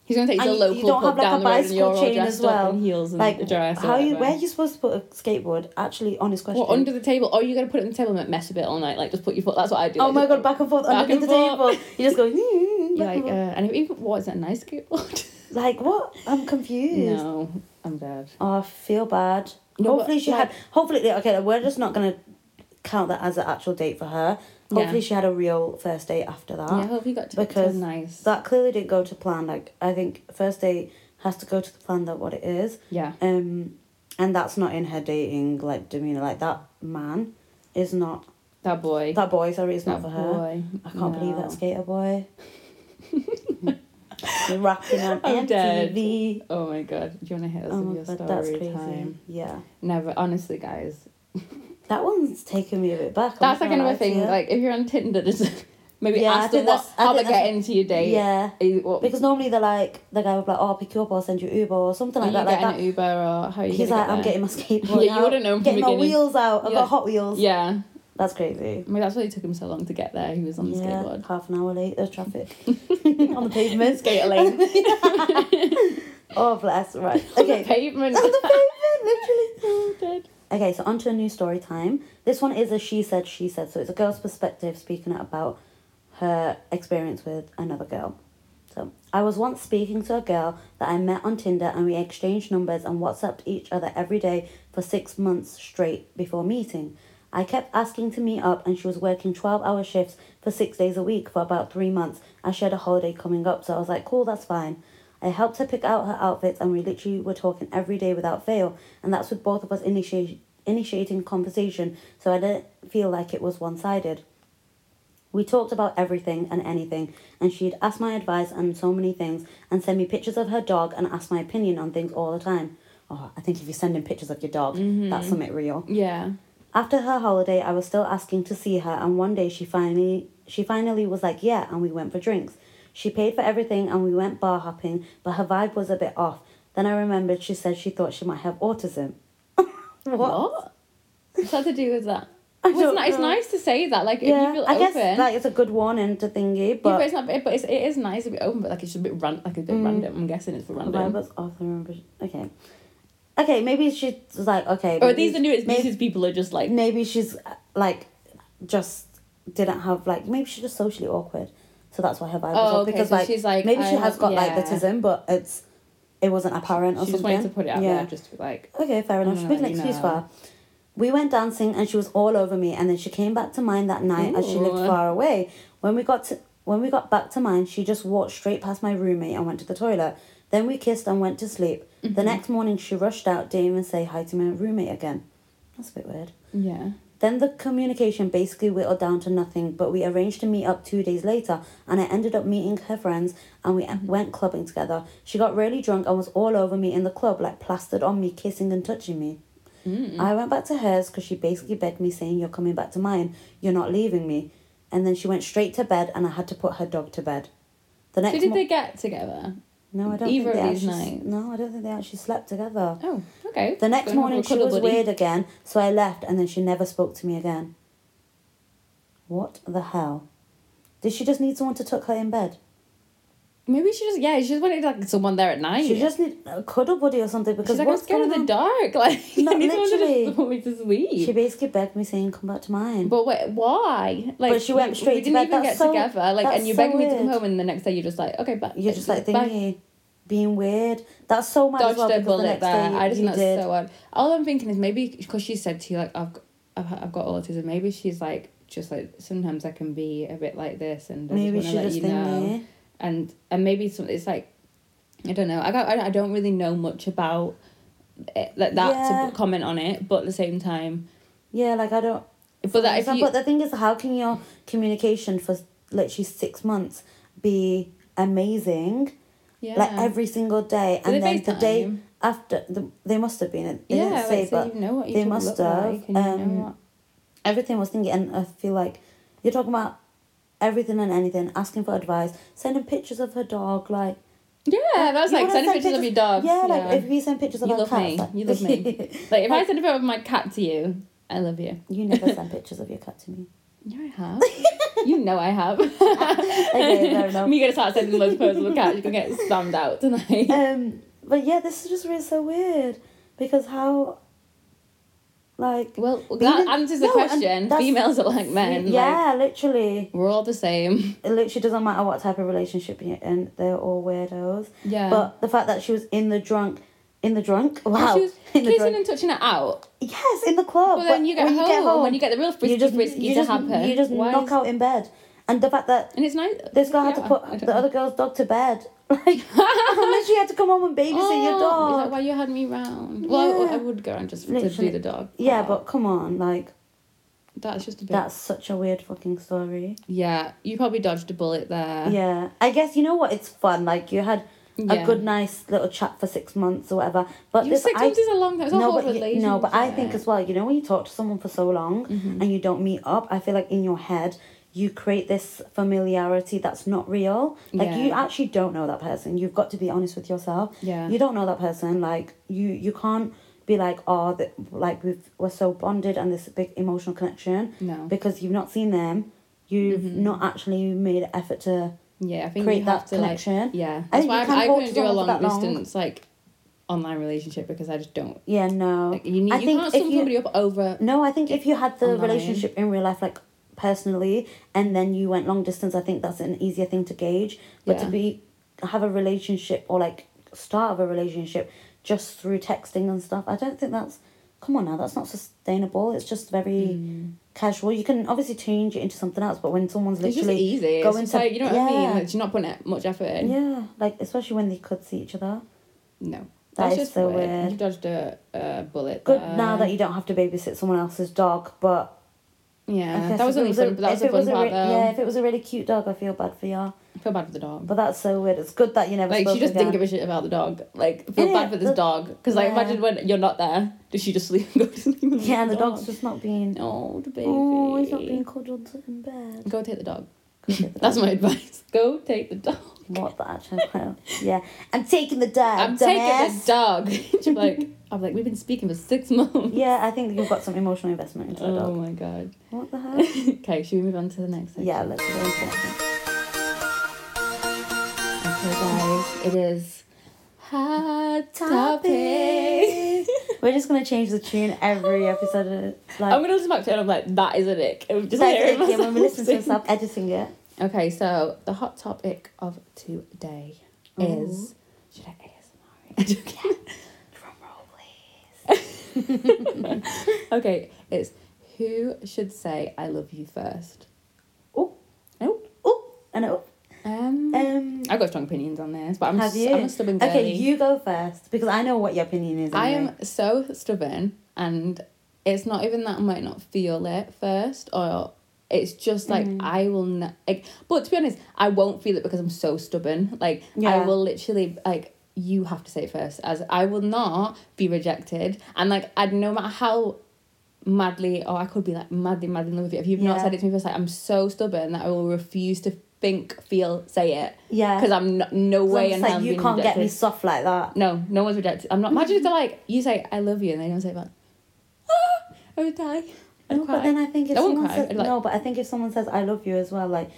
Speaker 2: He's going to take you to a
Speaker 1: and you- you
Speaker 2: local
Speaker 1: don't
Speaker 2: pub
Speaker 1: have, like,
Speaker 2: down
Speaker 1: a
Speaker 2: the road and you're
Speaker 1: bicycle
Speaker 2: all
Speaker 1: chain
Speaker 2: dressed
Speaker 1: as
Speaker 2: up
Speaker 1: well.
Speaker 2: in heels and
Speaker 1: Like,
Speaker 2: a Mm. dress. or
Speaker 1: How you?
Speaker 2: whatever.
Speaker 1: Where are you supposed to put a skateboard? Actually, honest question.
Speaker 2: Well, under the table, or you're gonna put it on the table and mess with it all night. Like just put your foot. That's what I do.
Speaker 1: oh
Speaker 2: like,
Speaker 1: my
Speaker 2: just
Speaker 1: god, back and forth
Speaker 2: Back
Speaker 1: under
Speaker 2: and
Speaker 1: the
Speaker 2: forth.
Speaker 1: table. (laughs) You just go. "Mm,
Speaker 2: put-
Speaker 1: back and
Speaker 2: Like uh,
Speaker 1: forth."
Speaker 2: and it even (laughs) what is that? Nice skateboard.
Speaker 1: Like what? I'm confused.
Speaker 2: no, I'm dead.
Speaker 1: Oh, I feel bad.
Speaker 2: No,
Speaker 1: hopefully
Speaker 2: but,
Speaker 1: she
Speaker 2: like-
Speaker 1: had. Hopefully, okay. We're just not gonna count that as an actual date for her.
Speaker 2: Yeah.
Speaker 1: Hopefully, she had a real first date after that.
Speaker 2: Yeah, I hope you got to because
Speaker 1: because
Speaker 2: nice.
Speaker 1: That clearly didn't go to plan. Like I think first date has to go to the plan that what it is.
Speaker 2: yeah,
Speaker 1: Um, and that's not in her dating like demeanor. Like that man is not
Speaker 2: that boy.
Speaker 1: that boy. Sorry, is not
Speaker 2: That
Speaker 1: for her.
Speaker 2: boy.
Speaker 1: I can't believe
Speaker 2: No.
Speaker 1: that skater
Speaker 2: (laughs)
Speaker 1: boy. Rapping on
Speaker 2: I'm dead.
Speaker 1: MTV.
Speaker 2: Oh my god, do you want to hit us
Speaker 1: Oh
Speaker 2: with
Speaker 1: my
Speaker 2: your
Speaker 1: god,
Speaker 2: story
Speaker 1: that's crazy.
Speaker 2: time?
Speaker 1: Yeah,
Speaker 2: Never, honestly, guys.
Speaker 1: that one's taken me a bit back. I'm
Speaker 2: that's
Speaker 1: not
Speaker 2: like another
Speaker 1: gonna lie to
Speaker 2: thing.
Speaker 1: you.
Speaker 2: Like if you're on Tinder, just (laughs) maybe
Speaker 1: Yeah, I
Speaker 2: ask them
Speaker 1: think
Speaker 2: what,
Speaker 1: that's- I
Speaker 2: how they
Speaker 1: think that's-
Speaker 2: get into your date.
Speaker 1: yeah.
Speaker 2: Is- what-
Speaker 1: Because normally they're like the guy would be like, "Oh, I'll pick you up or send you Uber or something
Speaker 2: are you
Speaker 1: like that." Like
Speaker 2: getting
Speaker 1: that.
Speaker 2: an Uber or how are you?
Speaker 1: He's
Speaker 2: gonna
Speaker 1: like, "I'm
Speaker 2: get
Speaker 1: getting my
Speaker 2: there?"
Speaker 1: skateboard
Speaker 2: (laughs) Yeah, you
Speaker 1: out,
Speaker 2: wouldn't know from the
Speaker 1: getting my
Speaker 2: beginning.
Speaker 1: wheels out. I've
Speaker 2: Yeah.
Speaker 1: got hot wheels."
Speaker 2: Yeah,
Speaker 1: that's crazy.
Speaker 2: I mean that's why it took him so long to get there. He was on the
Speaker 1: yeah,
Speaker 2: skateboard.
Speaker 1: half an hour later, traffic
Speaker 2: (laughs)
Speaker 1: (laughs) on the pavement.
Speaker 2: Skater
Speaker 1: (laughs)
Speaker 2: lane.
Speaker 1: Oh bless, right?
Speaker 2: Okay.
Speaker 1: Okay, (laughs)
Speaker 2: pavement.
Speaker 1: on the pavement, literally.
Speaker 2: Oh, dead.
Speaker 1: Okay, so on to a new story time. This one is a she said, she said. So it's a girl's perspective speaking about her experience with another girl. So I was once speaking to a girl that I met on Tinder and we exchanged numbers and WhatsApped each other every day for six months straight before meeting. I kept asking to meet up and she was working 12 hour shifts for six days a week for about three months. I shared a holiday coming up, so I was like, cool, that's fine. I helped her pick out her outfits and we literally were talking every day without fail. And that's with both of us initiate, initiating conversation, so I didn't feel like it was one sided. We talked about everything and anything, and she'd ask my advice on so many things and send me pictures of her dog and ask my opinion on things all the time. Oh, I think if you're sending pictures of your dog, that's something real.
Speaker 2: Yeah.
Speaker 1: After her holiday, I was still asking to see her, and one day she finally she finally was like, "Yeah," and we went for drinks. She paid for everything, and we went bar hopping, but her vibe was a bit off. Then I remembered she said she thought she might have autism. (laughs)
Speaker 2: What? What's that to do with that?
Speaker 1: I
Speaker 2: Well, it's,
Speaker 1: don't
Speaker 2: not, it's
Speaker 1: know.
Speaker 2: nice to say that. Like, if
Speaker 1: yeah,
Speaker 2: you feel
Speaker 1: I
Speaker 2: open.
Speaker 1: guess like it's a good warning to thingy,
Speaker 2: yeah, but
Speaker 1: but Mm.
Speaker 2: it's not. But it's, it is nice to be open, but like it's just a bit ran, like a bit random. I'm guessing it's for
Speaker 1: the vibe
Speaker 2: random.
Speaker 1: was off. I remember. Okay, okay, maybe she was like, okay,
Speaker 2: Or
Speaker 1: maybe,
Speaker 2: these are new. It's,
Speaker 1: maybe,
Speaker 2: these people are just like
Speaker 1: maybe she's uh, like just didn't have like maybe she's just socially awkward so that's why her vibe was
Speaker 2: Oh,
Speaker 1: off
Speaker 2: okay,
Speaker 1: because
Speaker 2: so
Speaker 1: like,
Speaker 2: she's like,
Speaker 1: maybe
Speaker 2: I
Speaker 1: she has
Speaker 2: have-
Speaker 1: got like
Speaker 2: yeah.
Speaker 1: autism but it's it wasn't apparent or
Speaker 2: she just
Speaker 1: something
Speaker 2: wanted to put it out there, just to be like
Speaker 1: okay fair enough she
Speaker 2: Oh,
Speaker 1: made an
Speaker 2: you
Speaker 1: excuse
Speaker 2: know.
Speaker 1: for her we went dancing and she was all over me and then she came back to mine that night as she lived
Speaker 2: Ooh.
Speaker 1: far away when we got to when we got back to mine she just walked straight past my roommate and went to the toilet then we kissed and went to sleep the
Speaker 2: mm-hmm.
Speaker 1: next morning she rushed out didn't even say hi to my roommate again that's a bit weird
Speaker 2: yeah.
Speaker 1: then the communication basically whittled down to nothing, but we arranged to meet up two days later, and I ended up meeting her friends and we
Speaker 2: Mm-hmm.
Speaker 1: went clubbing together. She got really drunk and was all over me in the club, like plastered on me, kissing and touching me.
Speaker 2: Mm. Mm-hmm.
Speaker 1: I went back to hers because she basically begged me, saying, You're coming back to mine, you're not leaving me. And then she went straight to bed, and I had to put her dog to bed. The
Speaker 2: So
Speaker 1: next
Speaker 2: did
Speaker 1: mo-
Speaker 2: they get together?
Speaker 1: no, I don't
Speaker 2: either
Speaker 1: think
Speaker 2: of
Speaker 1: they
Speaker 2: these
Speaker 1: actually,
Speaker 2: nights?
Speaker 1: No, I don't think they actually slept together.
Speaker 2: Oh, okay.
Speaker 1: The next
Speaker 2: Going on
Speaker 1: morning,
Speaker 2: for a
Speaker 1: she
Speaker 2: cuddle
Speaker 1: was
Speaker 2: buddy.
Speaker 1: weird again, so I left, and then she never spoke to me again. What the hell? Did she just need someone to tuck her in bed?
Speaker 2: Maybe she just yeah, she just wanted like someone there at night.
Speaker 1: She just need a cuddle buddy or something because
Speaker 2: She's like I'm
Speaker 1: what's
Speaker 2: scared of
Speaker 1: going
Speaker 2: the
Speaker 1: on?
Speaker 2: dark. (laughs) Like
Speaker 1: No,
Speaker 2: I need someone to
Speaker 1: literally.
Speaker 2: just put me to
Speaker 1: She
Speaker 2: sleep.
Speaker 1: basically begged me saying, "Come back to mine."
Speaker 2: But wait, why? Like
Speaker 1: But she went
Speaker 2: we-
Speaker 1: straight
Speaker 2: We
Speaker 1: to
Speaker 2: didn't
Speaker 1: bed.
Speaker 2: even
Speaker 1: That's
Speaker 2: get
Speaker 1: so-
Speaker 2: together. Like
Speaker 1: that's
Speaker 2: and you
Speaker 1: so
Speaker 2: begged me to come
Speaker 1: weird.
Speaker 2: home, and the next day you're just like, okay, but
Speaker 1: You're just like
Speaker 2: bye.
Speaker 1: thingy, being weird. That's so mad as
Speaker 2: uh, dodged
Speaker 1: well because the
Speaker 2: a bullet
Speaker 1: next
Speaker 2: there.
Speaker 1: day
Speaker 2: I just
Speaker 1: you
Speaker 2: think that's
Speaker 1: did.
Speaker 2: so odd. All I'm thinking is maybe because she said to you like I've I've, I've got autism. Maybe she's like just like sometimes I can be a bit like this, and I
Speaker 1: Maybe
Speaker 2: just
Speaker 1: she
Speaker 2: want to let
Speaker 1: just
Speaker 2: you know.
Speaker 1: thingy.
Speaker 2: And and maybe some it's like I don't know. I got I, I don't really know much about it, like that
Speaker 1: Yeah.
Speaker 2: to comment on it, but at the same time,
Speaker 1: Yeah, like I don't.
Speaker 2: but that if
Speaker 1: But
Speaker 2: you
Speaker 1: the thing is, how can your communication for literally six months be amazing?
Speaker 2: yeah
Speaker 1: like every single day,
Speaker 2: Did
Speaker 1: and
Speaker 2: they
Speaker 1: then the
Speaker 2: FaceTime?
Speaker 1: day after, the, they must have been. They
Speaker 2: yeah
Speaker 1: didn't
Speaker 2: like,
Speaker 1: say,
Speaker 2: so
Speaker 1: but
Speaker 2: you know what you
Speaker 1: they
Speaker 2: can
Speaker 1: must
Speaker 2: look
Speaker 1: have,
Speaker 2: like and you
Speaker 1: um,
Speaker 2: know what
Speaker 1: everything was thinking, and I feel like you're talking about everything and anything, asking for advice, sending pictures of her dog, like
Speaker 2: Yeah, that's
Speaker 1: You
Speaker 2: like
Speaker 1: wanna
Speaker 2: sending
Speaker 1: send
Speaker 2: pictures of your dog.
Speaker 1: Yeah, like if we send pictures of
Speaker 2: You
Speaker 1: our
Speaker 2: love
Speaker 1: cats,
Speaker 2: me.
Speaker 1: like-
Speaker 2: You love me. Like, if I send a photo of my cat to you, I love you.
Speaker 1: (laughs) you never send pictures of your cat to me.
Speaker 2: Yeah, I have. (laughs) you know I have.
Speaker 1: Okay,
Speaker 2: (laughs)
Speaker 1: fair enough.
Speaker 2: Me gonna start sending loads of photos of the cat. You're gonna get spammed out (laughs) tonight.
Speaker 1: Um, but yeah, this is just really so weird because how, like,
Speaker 2: well, that
Speaker 1: Being a-
Speaker 2: answers
Speaker 1: No, and
Speaker 2: the question.
Speaker 1: that's-
Speaker 2: Females are like men. Like,
Speaker 1: yeah, literally,
Speaker 2: we're all the same.
Speaker 1: it literally doesn't matter what type of relationship you're in, they're all weirdos.
Speaker 2: Yeah.
Speaker 1: But the fact that she was in the drunk, in the drunk,
Speaker 2: And
Speaker 1: wow,
Speaker 2: (laughs) She was
Speaker 1: (laughs) in the
Speaker 2: kissing
Speaker 1: drunk,
Speaker 2: and touching it out.
Speaker 1: yes, in the club.
Speaker 2: But then
Speaker 1: but
Speaker 2: you get, home, when you get the real frisky,
Speaker 1: you just
Speaker 2: frisky
Speaker 1: you
Speaker 2: to
Speaker 1: just
Speaker 2: happen.
Speaker 1: you just
Speaker 2: why
Speaker 1: knock
Speaker 2: is-
Speaker 1: out in bed, and the fact that
Speaker 2: And it's nice.
Speaker 1: this guy had to
Speaker 2: yeah, I
Speaker 1: put
Speaker 2: don't
Speaker 1: the
Speaker 2: know.
Speaker 1: other girl's dog to bed, (laughs) like, unless you had to come home and babysit your
Speaker 2: Oh, Is
Speaker 1: dog.
Speaker 2: that why you had me round? Well, I w- I,
Speaker 1: Yeah.
Speaker 2: would go around just to do
Speaker 1: Literally.
Speaker 2: the dog.
Speaker 1: yeah,
Speaker 2: Oh,
Speaker 1: but come on, like.
Speaker 2: that's just a bit.
Speaker 1: That's such a weird fucking story.
Speaker 2: Yeah, you probably dodged a bullet there.
Speaker 1: Yeah. I guess you know what? It's fun. Like you had
Speaker 2: Yeah.
Speaker 1: a good, nice little chat for six months or whatever. But
Speaker 2: You-
Speaker 1: this,
Speaker 2: six
Speaker 1: I,
Speaker 2: months is a long time. It's a
Speaker 1: no,
Speaker 2: whole
Speaker 1: but you,
Speaker 2: relationship.
Speaker 1: no, but I think as well. You know when you talk to someone for so long
Speaker 2: Mm-hmm.
Speaker 1: and you don't meet up, I feel like in your head you create this familiarity that's not real. Like you
Speaker 2: Yeah.
Speaker 1: actually don't know that person. You've got to be honest with yourself.
Speaker 2: Yeah.
Speaker 1: You don't know that person. Like you, you can't be like, oh, that like we've we're so bonded and this big emotional connection.
Speaker 2: No.
Speaker 1: because you've not seen them, you've not actually made an effort to.
Speaker 2: Yeah, I think
Speaker 1: create
Speaker 2: Mm-hmm. you have
Speaker 1: that
Speaker 2: to
Speaker 1: connection.
Speaker 2: like. Yeah,
Speaker 1: I
Speaker 2: that's
Speaker 1: think
Speaker 2: why
Speaker 1: you
Speaker 2: I'm,
Speaker 1: can't
Speaker 2: I
Speaker 1: hold
Speaker 2: couldn't
Speaker 1: to
Speaker 2: do a
Speaker 1: someone for
Speaker 2: long
Speaker 1: that long.
Speaker 2: distance like online relationship because I just don't.
Speaker 1: Yeah, no.
Speaker 2: Like, you need,
Speaker 1: I
Speaker 2: you
Speaker 1: think
Speaker 2: can't
Speaker 1: if
Speaker 2: sum
Speaker 1: you-
Speaker 2: somebody up over.
Speaker 1: No, I think if you had the
Speaker 2: Online.
Speaker 1: relationship in real life, like personally, and then you went long distance, I think that's an easier thing to gauge. But to
Speaker 2: Yeah.
Speaker 1: be have a relationship or like start of a relationship just through texting and stuff, I don't think that's come on now, that's not sustainable. It's just
Speaker 2: Mm.
Speaker 1: very casual. You can obviously change it into something else, but when someone's
Speaker 2: It's just
Speaker 1: literally
Speaker 2: easy. It's
Speaker 1: going
Speaker 2: just
Speaker 1: to-
Speaker 2: like you know what I
Speaker 1: yeah.
Speaker 2: mean. Like, you're not putting it much effort in.
Speaker 1: Yeah. Like especially when they could see each other.
Speaker 2: No.
Speaker 1: That
Speaker 2: That's
Speaker 1: is
Speaker 2: just
Speaker 1: so
Speaker 2: weird.
Speaker 1: weird.
Speaker 2: You dodged a, a bullet.
Speaker 1: Good
Speaker 2: there.
Speaker 1: now that you don't have to babysit someone else's dog, but I
Speaker 2: Yeah,
Speaker 1: guess
Speaker 2: that was
Speaker 1: if Uh, it
Speaker 2: only
Speaker 1: a-
Speaker 2: fun. but that was
Speaker 1: if
Speaker 2: a
Speaker 1: it
Speaker 2: fun
Speaker 1: a
Speaker 2: part
Speaker 1: re-
Speaker 2: though.
Speaker 1: Yeah, if it was a really cute dog, I feel bad for you.
Speaker 2: I feel bad for the dog.
Speaker 1: But that's so weird. It's good that you never
Speaker 2: Like
Speaker 1: spoke
Speaker 2: she just
Speaker 1: again.
Speaker 2: didn't give a shit about the dog. Like I feel
Speaker 1: Yeah,
Speaker 2: bad for this
Speaker 1: the-
Speaker 2: dog because like
Speaker 1: yeah.
Speaker 2: imagine when you're not there, does she just (laughs) sleep? go to sleep
Speaker 1: (laughs)
Speaker 2: with
Speaker 1: Yeah, and the dog's just not being.
Speaker 2: Oh, the baby.
Speaker 1: Oh, he's not being cuddled in bed.
Speaker 2: Go take the dog.
Speaker 1: (laughs) Go get the
Speaker 2: That's
Speaker 1: dog.
Speaker 2: my advice. (laughs) Go take the dog.
Speaker 1: What the
Speaker 2: (laughs)
Speaker 1: actual? yeah, I'm taking the dog.
Speaker 2: I'm taking the
Speaker 1: (laughs)
Speaker 2: dog. (laughs) She's like, I'm like, we've been speaking for six months.
Speaker 1: Yeah, I think you've got some emotional investment into the
Speaker 2: (laughs) Oh
Speaker 1: dog.
Speaker 2: my god.
Speaker 1: What the hell?
Speaker 2: (laughs) okay, should we move on to the next? section?
Speaker 1: yeah, let's go. into that.
Speaker 2: Okay, guys, it is hot topic.
Speaker 1: We're just gonna change the tune every episode. Of, like,
Speaker 2: (laughs) I'm gonna listen back to it and I'm like, that is a dick. I'm just
Speaker 1: That's
Speaker 2: hearing
Speaker 1: it, yeah, when we
Speaker 2: myself
Speaker 1: listen to
Speaker 2: (laughs) sing.
Speaker 1: myself editing it.
Speaker 2: Okay, so the hot topic of today is should I ASMR? it? (laughs)
Speaker 1: Drum roll, please.
Speaker 2: okay, it's who should say I love you first?
Speaker 1: Oh,
Speaker 2: Oh,
Speaker 1: oh, and oh.
Speaker 2: um,
Speaker 1: Um,
Speaker 2: I've got strong opinions on this, but I'm
Speaker 1: have
Speaker 2: s-
Speaker 1: you?
Speaker 2: I'm a stubborn girly.
Speaker 1: okay, you go first because I know what your opinion is.
Speaker 2: I
Speaker 1: anyway.
Speaker 2: am so stubborn, and it's not even that I might not feel it first, or it's just like
Speaker 1: Mm.
Speaker 2: I will not. Like, but to be honest, I won't feel it because I'm so stubborn. Like I
Speaker 1: Yeah.
Speaker 2: will literally like you have to say it first, as I will not be rejected, and like I no matter how madly or I could be like madly madly in love with you if you've not
Speaker 1: Yeah.
Speaker 2: said it to me first. Like I'm so stubborn that I will refuse to think, feel, say it.
Speaker 1: Yeah.
Speaker 2: Because I'm no, no
Speaker 1: 'Cause
Speaker 2: way
Speaker 1: I'm just
Speaker 2: in hell
Speaker 1: like
Speaker 2: I'm
Speaker 1: you
Speaker 2: being
Speaker 1: can't get me
Speaker 2: rejected."
Speaker 1: soft like that.
Speaker 2: No, no one's rejected. I'm not. Imagine if they're like, you say, I love you, and they don't say that. Ah, I would die. I'd
Speaker 1: No,
Speaker 2: cry.
Speaker 1: but then I think if
Speaker 2: I won't
Speaker 1: someone
Speaker 2: cry,
Speaker 1: says
Speaker 2: I'd like-
Speaker 1: no, but I think if someone says I love you as well, like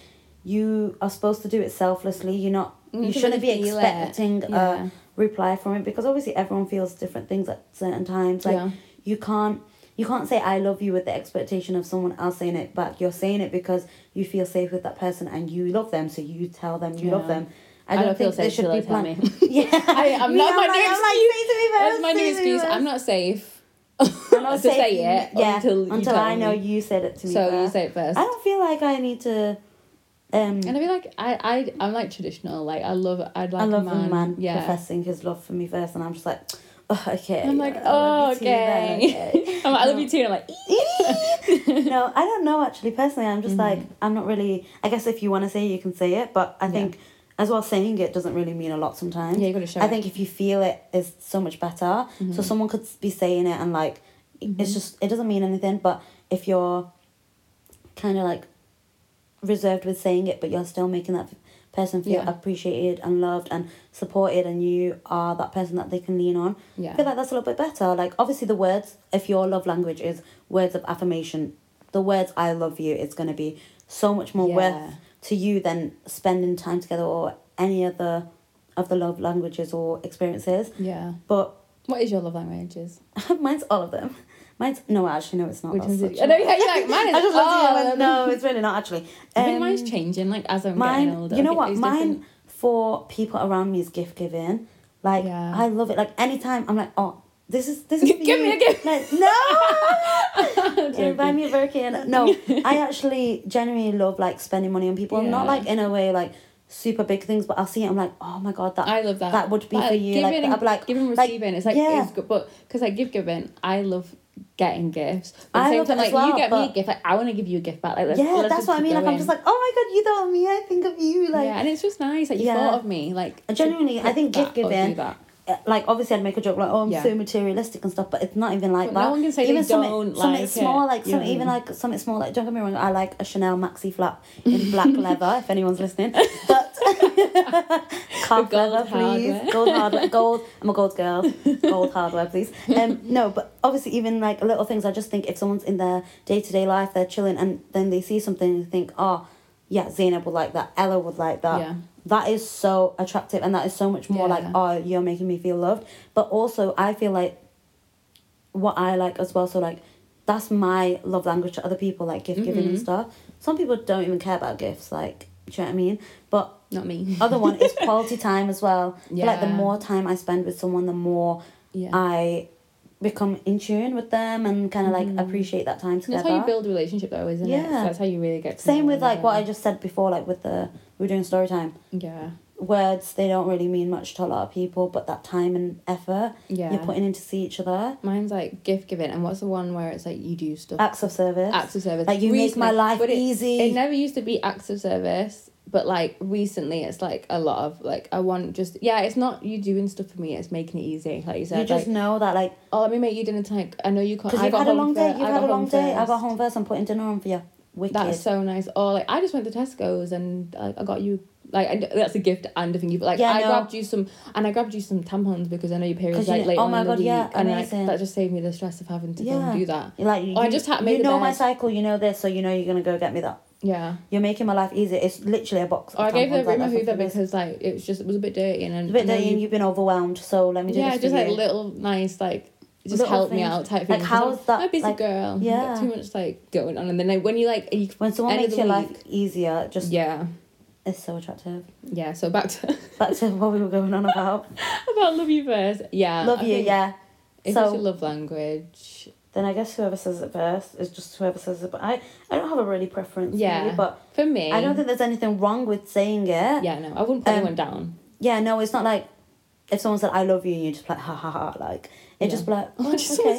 Speaker 1: you are supposed to do it selflessly. You're not.
Speaker 2: You
Speaker 1: You
Speaker 2: can
Speaker 1: shouldn't be
Speaker 2: really feel it.
Speaker 1: expecting
Speaker 2: Yeah.
Speaker 1: a reply from it because obviously everyone feels different things at certain times. Like
Speaker 2: Yeah.
Speaker 1: you can't. You can't say I love you with the expectation of someone else saying it back. You're saying it because you feel safe with that person and you love them, so you tell them you love
Speaker 2: Yeah.
Speaker 1: them.
Speaker 2: I
Speaker 1: I don't,
Speaker 2: don't feel
Speaker 1: think there
Speaker 2: safe
Speaker 1: should
Speaker 2: till
Speaker 1: be
Speaker 2: they tell
Speaker 1: plan-
Speaker 2: me.
Speaker 1: (laughs) yeah,
Speaker 2: I- I'm
Speaker 1: Me,
Speaker 2: not my new (laughs)
Speaker 1: I'm like, say to me
Speaker 2: That's
Speaker 1: first, say
Speaker 2: my new
Speaker 1: to me
Speaker 2: excuse.
Speaker 1: first.
Speaker 2: I'm not safe. (laughs)
Speaker 1: I'm not
Speaker 2: to
Speaker 1: saying-
Speaker 2: say it
Speaker 1: yeah,
Speaker 2: until you tell
Speaker 1: I know
Speaker 2: me.
Speaker 1: you said it to me.
Speaker 2: So you
Speaker 1: first.
Speaker 2: say it first.
Speaker 1: I don't feel like I need to. Um,
Speaker 2: and I feel like I, I, I'm like traditional. Like I love, I'd like
Speaker 1: I love
Speaker 2: a
Speaker 1: a
Speaker 2: man. yeah.
Speaker 1: professing his love for me first, and I'm just like, oh, okay.
Speaker 2: I'm like,
Speaker 1: I
Speaker 2: oh,
Speaker 1: love you too, then,
Speaker 2: okay. (laughs) I'm like, I love you too. And I'm like,
Speaker 1: okay. no, I don't know actually. Personally, I'm just like,
Speaker 2: Mm-hmm.
Speaker 1: I'm not really. I guess if you want to say it, you can say it, but I think as well saying it doesn't really mean a lot sometimes.
Speaker 2: Yeah, you gotta show
Speaker 1: I
Speaker 2: it.
Speaker 1: think if you feel it is so much better.
Speaker 2: Mm-hmm.
Speaker 1: So someone could be saying it and like, it's just it doesn't mean anything. But if you're kind of like reserved with saying it, but you're still making that person feel
Speaker 2: Yeah.
Speaker 1: appreciated and loved and supported and you are that person that they can lean on i feel
Speaker 2: Yeah.
Speaker 1: like that's a little bit better like obviously the words if your love language is words of affirmation the words i love you is going to be so much more
Speaker 2: Yeah.
Speaker 1: worth to you than spending time together or any other of the love languages or experiences
Speaker 2: Yeah.
Speaker 1: but (laughs)
Speaker 2: What is your love languages?
Speaker 1: mine's all of them mine's no actually no it's not
Speaker 2: Which
Speaker 1: That's
Speaker 2: ones
Speaker 1: such
Speaker 2: did you? I know yeah, you're
Speaker 1: (laughs)
Speaker 2: like mine is
Speaker 1: I just looked at it and
Speaker 2: all
Speaker 1: went,
Speaker 2: of them.
Speaker 1: no, it's really not actually.
Speaker 2: I think
Speaker 1: Um,
Speaker 2: mine's changing like as I'm
Speaker 1: mine-
Speaker 2: getting older.
Speaker 1: you know
Speaker 2: like, it
Speaker 1: what?
Speaker 2: is
Speaker 1: Mine
Speaker 2: different.
Speaker 1: for people around me is gift giving. Like
Speaker 2: Yeah.
Speaker 1: I love it. Like anytime I'm like, oh, this is
Speaker 2: (laughs)
Speaker 1: this is for
Speaker 2: Give me
Speaker 1: you.
Speaker 2: a gift.
Speaker 1: Like,
Speaker 2: (laughs)
Speaker 1: no,
Speaker 2: Joking.
Speaker 1: you buy me a Birkin.
Speaker 2: (laughs)
Speaker 1: No, I actually genuinely love like spending money on people. Not
Speaker 2: Yeah.
Speaker 1: like in a way like super big things, but I'll see it. I'm like, oh my god, that
Speaker 2: I love that.
Speaker 1: that would be
Speaker 2: Uh, But,
Speaker 1: for you.
Speaker 2: Giving,
Speaker 1: Like
Speaker 2: and-
Speaker 1: I'd be like,
Speaker 2: giving,
Speaker 1: like,
Speaker 2: receiving. it's like
Speaker 1: yeah.
Speaker 2: it's good, but because like give giving, I love getting gifts. But at
Speaker 1: I
Speaker 2: the same
Speaker 1: love it
Speaker 2: time,
Speaker 1: as
Speaker 2: like
Speaker 1: well,
Speaker 2: you get me a
Speaker 1: but-
Speaker 2: gift, like I want to give you a gift back. Like let's,
Speaker 1: yeah,
Speaker 2: let's
Speaker 1: that's
Speaker 2: just
Speaker 1: what I
Speaker 2: keep
Speaker 1: mean. Like I'm
Speaker 2: going.
Speaker 1: just like, oh my god, you thought of me. I think of you. Like
Speaker 2: yeah, and it's just nice that you
Speaker 1: Yeah.
Speaker 2: thought of me. Like
Speaker 1: And
Speaker 2: to
Speaker 1: genuinely, I
Speaker 2: put
Speaker 1: think
Speaker 2: that
Speaker 1: gift
Speaker 2: or do
Speaker 1: giving-
Speaker 2: that.
Speaker 1: Uh, like obviously I'd make a joke like oh I'm
Speaker 2: Yeah.
Speaker 1: so materialistic and stuff, but it's not even like
Speaker 2: But
Speaker 1: that.
Speaker 2: no one can say they
Speaker 1: even something,
Speaker 2: don't
Speaker 1: something
Speaker 2: like
Speaker 1: small,
Speaker 2: it,
Speaker 1: like
Speaker 2: you
Speaker 1: something
Speaker 2: know what I
Speaker 1: even
Speaker 2: mean?
Speaker 1: like something small. Like don't get me wrong, I like a Chanel maxi flap in
Speaker 2: (laughs)
Speaker 1: black leather. If anyone's listening, but
Speaker 2: The
Speaker 1: calf
Speaker 2: gold
Speaker 1: leather, please.
Speaker 2: hardware.
Speaker 1: Gold hardware, gold. I'm a gold girl. Gold hardware, please. Um, no, but obviously even like little things. I just think if someone's in their day to day life, they're chilling, and then they see something and think, oh, yeah, Zainab would like that. Ella would like that
Speaker 2: Yeah.
Speaker 1: that is so attractive and that is so much more like
Speaker 2: Yeah.
Speaker 1: oh you're making me feel loved but also i feel like what i like as well so like that's my love language to other people like gift giving and stuff some people don't even care about gifts like do you know what i mean but
Speaker 2: Not me.
Speaker 1: other one
Speaker 2: (laughs)
Speaker 1: is quality time as well I feel like the
Speaker 2: Yeah.
Speaker 1: more um, time i spend with someone the more
Speaker 2: Yeah.
Speaker 1: i become in tune with them and kind of like appreciate that time
Speaker 2: And
Speaker 1: together
Speaker 2: Mm-hmm. That's how you build a relationship, though, isn't it? So
Speaker 1: Yeah.
Speaker 2: that's how you really get. To
Speaker 1: same
Speaker 2: know
Speaker 1: with like what i
Speaker 2: another.
Speaker 1: just said before like with the we were doing story time
Speaker 2: Yeah.
Speaker 1: words they don't really mean much to a lot of people but that time and effort
Speaker 2: Yeah.
Speaker 1: you're putting in to see each other
Speaker 2: Mine's like gift giving, and what's the one where it's like you do stuff.
Speaker 1: acts of service
Speaker 2: acts of service.
Speaker 1: Like, you make my life
Speaker 2: but it-
Speaker 1: easy.
Speaker 2: It never used to be acts of service, but like recently, it's like a lot of like I want just yeah. It's not you doing stuff for me. It's making it easy, like you said.
Speaker 1: you just
Speaker 2: like,
Speaker 1: know that like
Speaker 2: oh, let me make you dinner tonight. I know you can't.
Speaker 1: because
Speaker 2: I
Speaker 1: you've
Speaker 2: got
Speaker 1: had a
Speaker 2: home
Speaker 1: long
Speaker 2: fir-
Speaker 1: day you've
Speaker 2: I
Speaker 1: had a
Speaker 2: got
Speaker 1: long
Speaker 2: home
Speaker 1: day i got
Speaker 2: first.
Speaker 1: home first i'm putting dinner on for you wicked
Speaker 2: That's so nice. Or like I just went to Tesco's and like I got you like I, that's a gift and a thing you but like
Speaker 1: Yeah,
Speaker 2: I
Speaker 1: no.
Speaker 2: grabbed you some and I grabbed you some tampons because I know your period's
Speaker 1: 'Cause you
Speaker 2: like
Speaker 1: know-
Speaker 2: late
Speaker 1: oh
Speaker 2: on
Speaker 1: my
Speaker 2: in the
Speaker 1: God,
Speaker 2: week
Speaker 1: yeah,
Speaker 2: and like,
Speaker 1: amazing.
Speaker 2: that just saved me the stress of having to go
Speaker 1: Yeah.
Speaker 2: and do that.
Speaker 1: You're like
Speaker 2: Oh, I
Speaker 1: you-
Speaker 2: just ha- made
Speaker 1: you
Speaker 2: the
Speaker 1: know my
Speaker 2: bed.
Speaker 1: cycle you know this so you know you're gonna go get me that
Speaker 2: Yeah.
Speaker 1: you're making my life easier it's literally a box of
Speaker 2: Or Oh, I
Speaker 1: tampons
Speaker 2: gave the room a
Speaker 1: like that for
Speaker 2: hoover
Speaker 1: this.
Speaker 2: because like it was just it was a bit dirty
Speaker 1: it's
Speaker 2: and then
Speaker 1: a bit
Speaker 2: and then
Speaker 1: dirty
Speaker 2: you-
Speaker 1: and you've been overwhelmed so let me do
Speaker 2: yeah,
Speaker 1: this
Speaker 2: just
Speaker 1: for
Speaker 2: like
Speaker 1: you.
Speaker 2: little nice like just
Speaker 1: Little
Speaker 2: help me
Speaker 1: things.
Speaker 2: out type thing.
Speaker 1: Like, how is that,
Speaker 2: I'm a busy
Speaker 1: like-
Speaker 2: girl. I've
Speaker 1: yeah.
Speaker 2: got too much like going on, and then like, when you like you,
Speaker 1: when someone
Speaker 2: end of
Speaker 1: makes
Speaker 2: the
Speaker 1: your life
Speaker 2: week.
Speaker 1: easier it just
Speaker 2: yeah,
Speaker 1: it's so attractive
Speaker 2: yeah. So back to (laughs)
Speaker 1: back to (laughs) what we were going on about
Speaker 2: about love you first. Yeah,
Speaker 1: love
Speaker 2: Uh, I
Speaker 1: you
Speaker 2: think
Speaker 1: yeah
Speaker 2: If
Speaker 1: So-
Speaker 2: it's your love language,
Speaker 1: then I guess whoever says it first is just whoever says it. But I, I don't have a really preference.
Speaker 2: Yeah.
Speaker 1: really, but
Speaker 2: for me,
Speaker 1: I don't think there's anything wrong with saying it.
Speaker 2: Yeah, no, I wouldn't put
Speaker 1: Um,
Speaker 2: anyone down. (laughs)
Speaker 1: Yeah, no, it's not like if someone said I love you and you just be like ha ha ha like it
Speaker 2: Yeah.
Speaker 1: just be like
Speaker 2: Oh,
Speaker 1: oh,
Speaker 2: (laughs) just
Speaker 1: okay.
Speaker 2: someone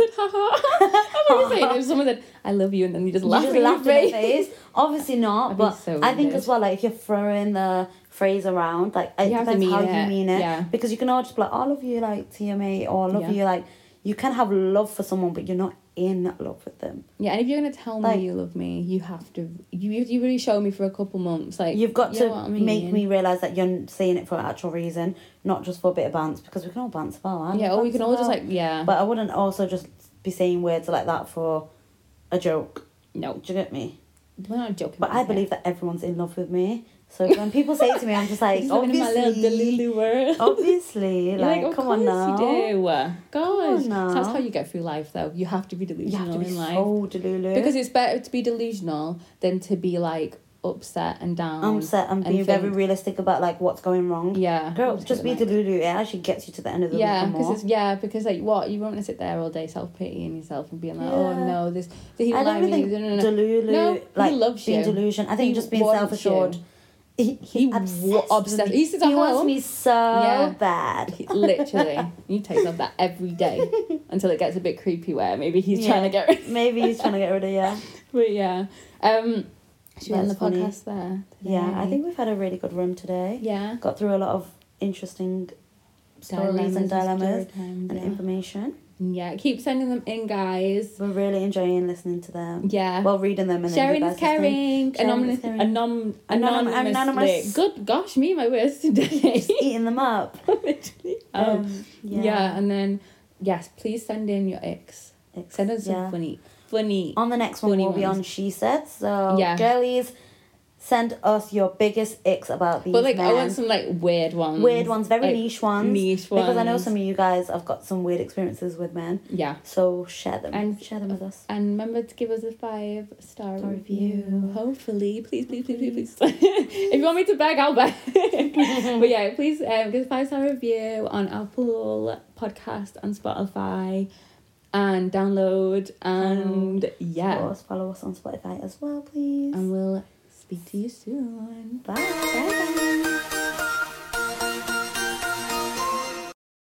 Speaker 2: said, (laughs) haha. I'm
Speaker 1: (laughs)
Speaker 2: always saying if someone said, I love you, and then you just
Speaker 1: You
Speaker 2: laugh
Speaker 1: just
Speaker 2: in
Speaker 1: laugh
Speaker 2: your
Speaker 1: in
Speaker 2: face.
Speaker 1: their face. Obviously not,
Speaker 2: That'd be
Speaker 1: but
Speaker 2: so
Speaker 1: I think
Speaker 2: weird.
Speaker 1: as well, like if you're throwing the phrase around, like it
Speaker 2: You have to
Speaker 1: depends
Speaker 2: mean
Speaker 1: how
Speaker 2: it,
Speaker 1: you mean it.
Speaker 2: yeah.
Speaker 1: Because you can all just be like, I love you like to your mate or I love
Speaker 2: Yeah.
Speaker 1: you like you can have love for someone but you're not in love with them.
Speaker 2: Yeah, and if you're gonna tell
Speaker 1: Like-
Speaker 2: me you love me, you have to you you- you really show me for a couple months. Like
Speaker 1: You've got
Speaker 2: you
Speaker 1: to
Speaker 2: know what I
Speaker 1: make
Speaker 2: mean?
Speaker 1: me realise that you're saying it for an actual reason, not just for a bit of bounce, because we can all bounce well. I
Speaker 2: Yeah,
Speaker 1: love
Speaker 2: or we
Speaker 1: bants
Speaker 2: can
Speaker 1: as
Speaker 2: all just
Speaker 1: well.
Speaker 2: like yeah.
Speaker 1: But I wouldn't also just be saying words like that for a joke.
Speaker 2: no,
Speaker 1: Do you get me?
Speaker 2: we're not joking.
Speaker 1: But
Speaker 2: about
Speaker 1: I
Speaker 2: it.
Speaker 1: believe that everyone's in love with me. So when people say it to me, I'm just
Speaker 2: (laughs)
Speaker 1: like,
Speaker 2: Just living in my little
Speaker 1: obviously,
Speaker 2: delulu world.
Speaker 1: obviously,
Speaker 2: (laughs) You're
Speaker 1: like,
Speaker 2: of
Speaker 1: come on now.
Speaker 2: course You do. Gosh,
Speaker 1: on
Speaker 2: So that's
Speaker 1: now.
Speaker 2: how you get through life, though. You have to be
Speaker 1: You
Speaker 2: delusional
Speaker 1: have to be
Speaker 2: in life.
Speaker 1: so delulu.
Speaker 2: Because it's better to be delusional than to be like upset and down.
Speaker 1: I'm set and
Speaker 2: and
Speaker 1: being very
Speaker 2: think-
Speaker 1: realistic about like what's going wrong.
Speaker 2: Yeah.
Speaker 1: Girl,
Speaker 2: What's
Speaker 1: just be
Speaker 2: going on?
Speaker 1: delulu. It actually gets you to the end of the
Speaker 2: Yeah,
Speaker 1: week. and
Speaker 2: because
Speaker 1: more.
Speaker 2: it's yeah, because like what you won't want to sit there all day self pitying yourself and being like,
Speaker 1: Yeah.
Speaker 2: oh no, this he
Speaker 1: I don't
Speaker 2: lied
Speaker 1: even
Speaker 2: me.
Speaker 1: think
Speaker 2: No, no, no.
Speaker 1: Delulu,
Speaker 2: No, he
Speaker 1: like
Speaker 2: loves
Speaker 1: being
Speaker 2: you.
Speaker 1: delusion. I think
Speaker 2: He
Speaker 1: just being
Speaker 2: wants
Speaker 1: self assured.
Speaker 2: you.
Speaker 1: He,
Speaker 2: He
Speaker 1: he
Speaker 2: wa-
Speaker 1: obsessed. with
Speaker 2: obsessed.
Speaker 1: me.
Speaker 2: He sits at
Speaker 1: he wants
Speaker 2: home.
Speaker 1: me so
Speaker 2: Yeah.
Speaker 1: bad.
Speaker 2: Literally,
Speaker 1: (laughs)
Speaker 2: you take off that every day until it gets a bit creepy. Where maybe he's
Speaker 1: Yeah.
Speaker 2: trying to get rid.
Speaker 1: Maybe he's trying to get rid of
Speaker 2: (laughs)
Speaker 1: yeah.
Speaker 2: But yeah, um, should we end the
Speaker 1: That's funny.
Speaker 2: podcast there?
Speaker 1: Yeah, I
Speaker 2: today?
Speaker 1: think we've had a really good run today.
Speaker 2: yeah.
Speaker 1: Got through a lot of interesting stories and dilemmas and
Speaker 2: story times, yeah.
Speaker 1: information.
Speaker 2: Yeah, keep sending them in, guys.
Speaker 1: We're really enjoying listening to them.
Speaker 2: Yeah.
Speaker 1: Well, reading them and
Speaker 2: Sharing
Speaker 1: then
Speaker 2: is caring.
Speaker 1: Sharing is
Speaker 2: Anonymous,
Speaker 1: caring.
Speaker 2: anom,
Speaker 1: Anonym-
Speaker 2: anonymous,
Speaker 1: anonymous.
Speaker 2: Good gosh, me, my
Speaker 1: (laughs)
Speaker 2: words today.
Speaker 1: Eating them up.
Speaker 2: (laughs) Literally. Um,
Speaker 1: Um,
Speaker 2: yeah. and then, yes, please send in your ex.
Speaker 1: It's-
Speaker 2: Send us some
Speaker 1: yeah.
Speaker 2: funny, funny.
Speaker 1: On the next one,
Speaker 2: funny
Speaker 1: we'll be
Speaker 2: ones.
Speaker 1: on She Said. So,
Speaker 2: Yeah.
Speaker 1: girlies, send us your biggest icks about these
Speaker 2: But like, I
Speaker 1: men.
Speaker 2: want some like weird ones.
Speaker 1: weird ones, very
Speaker 2: like,
Speaker 1: niche ones.
Speaker 2: niche
Speaker 1: Because I know
Speaker 2: ones.
Speaker 1: some of you guys have got some weird experiences with men.
Speaker 2: Yeah.
Speaker 1: So, share them.
Speaker 2: And-
Speaker 1: share them with us.
Speaker 2: And remember to give us a five star
Speaker 1: Star
Speaker 2: review.
Speaker 1: review.
Speaker 2: Hopefully, please, please, please, please, please. (laughs) if you want me to beg, I'll beg. (laughs) but yeah, please um, give us a five star review on Apple Podcast and Spotify, and download and
Speaker 1: Follow
Speaker 2: yeah. Um,
Speaker 1: us, follow us on Spotify as well, please.
Speaker 2: And we'll speak to you soon.
Speaker 1: Bye.
Speaker 2: Bye.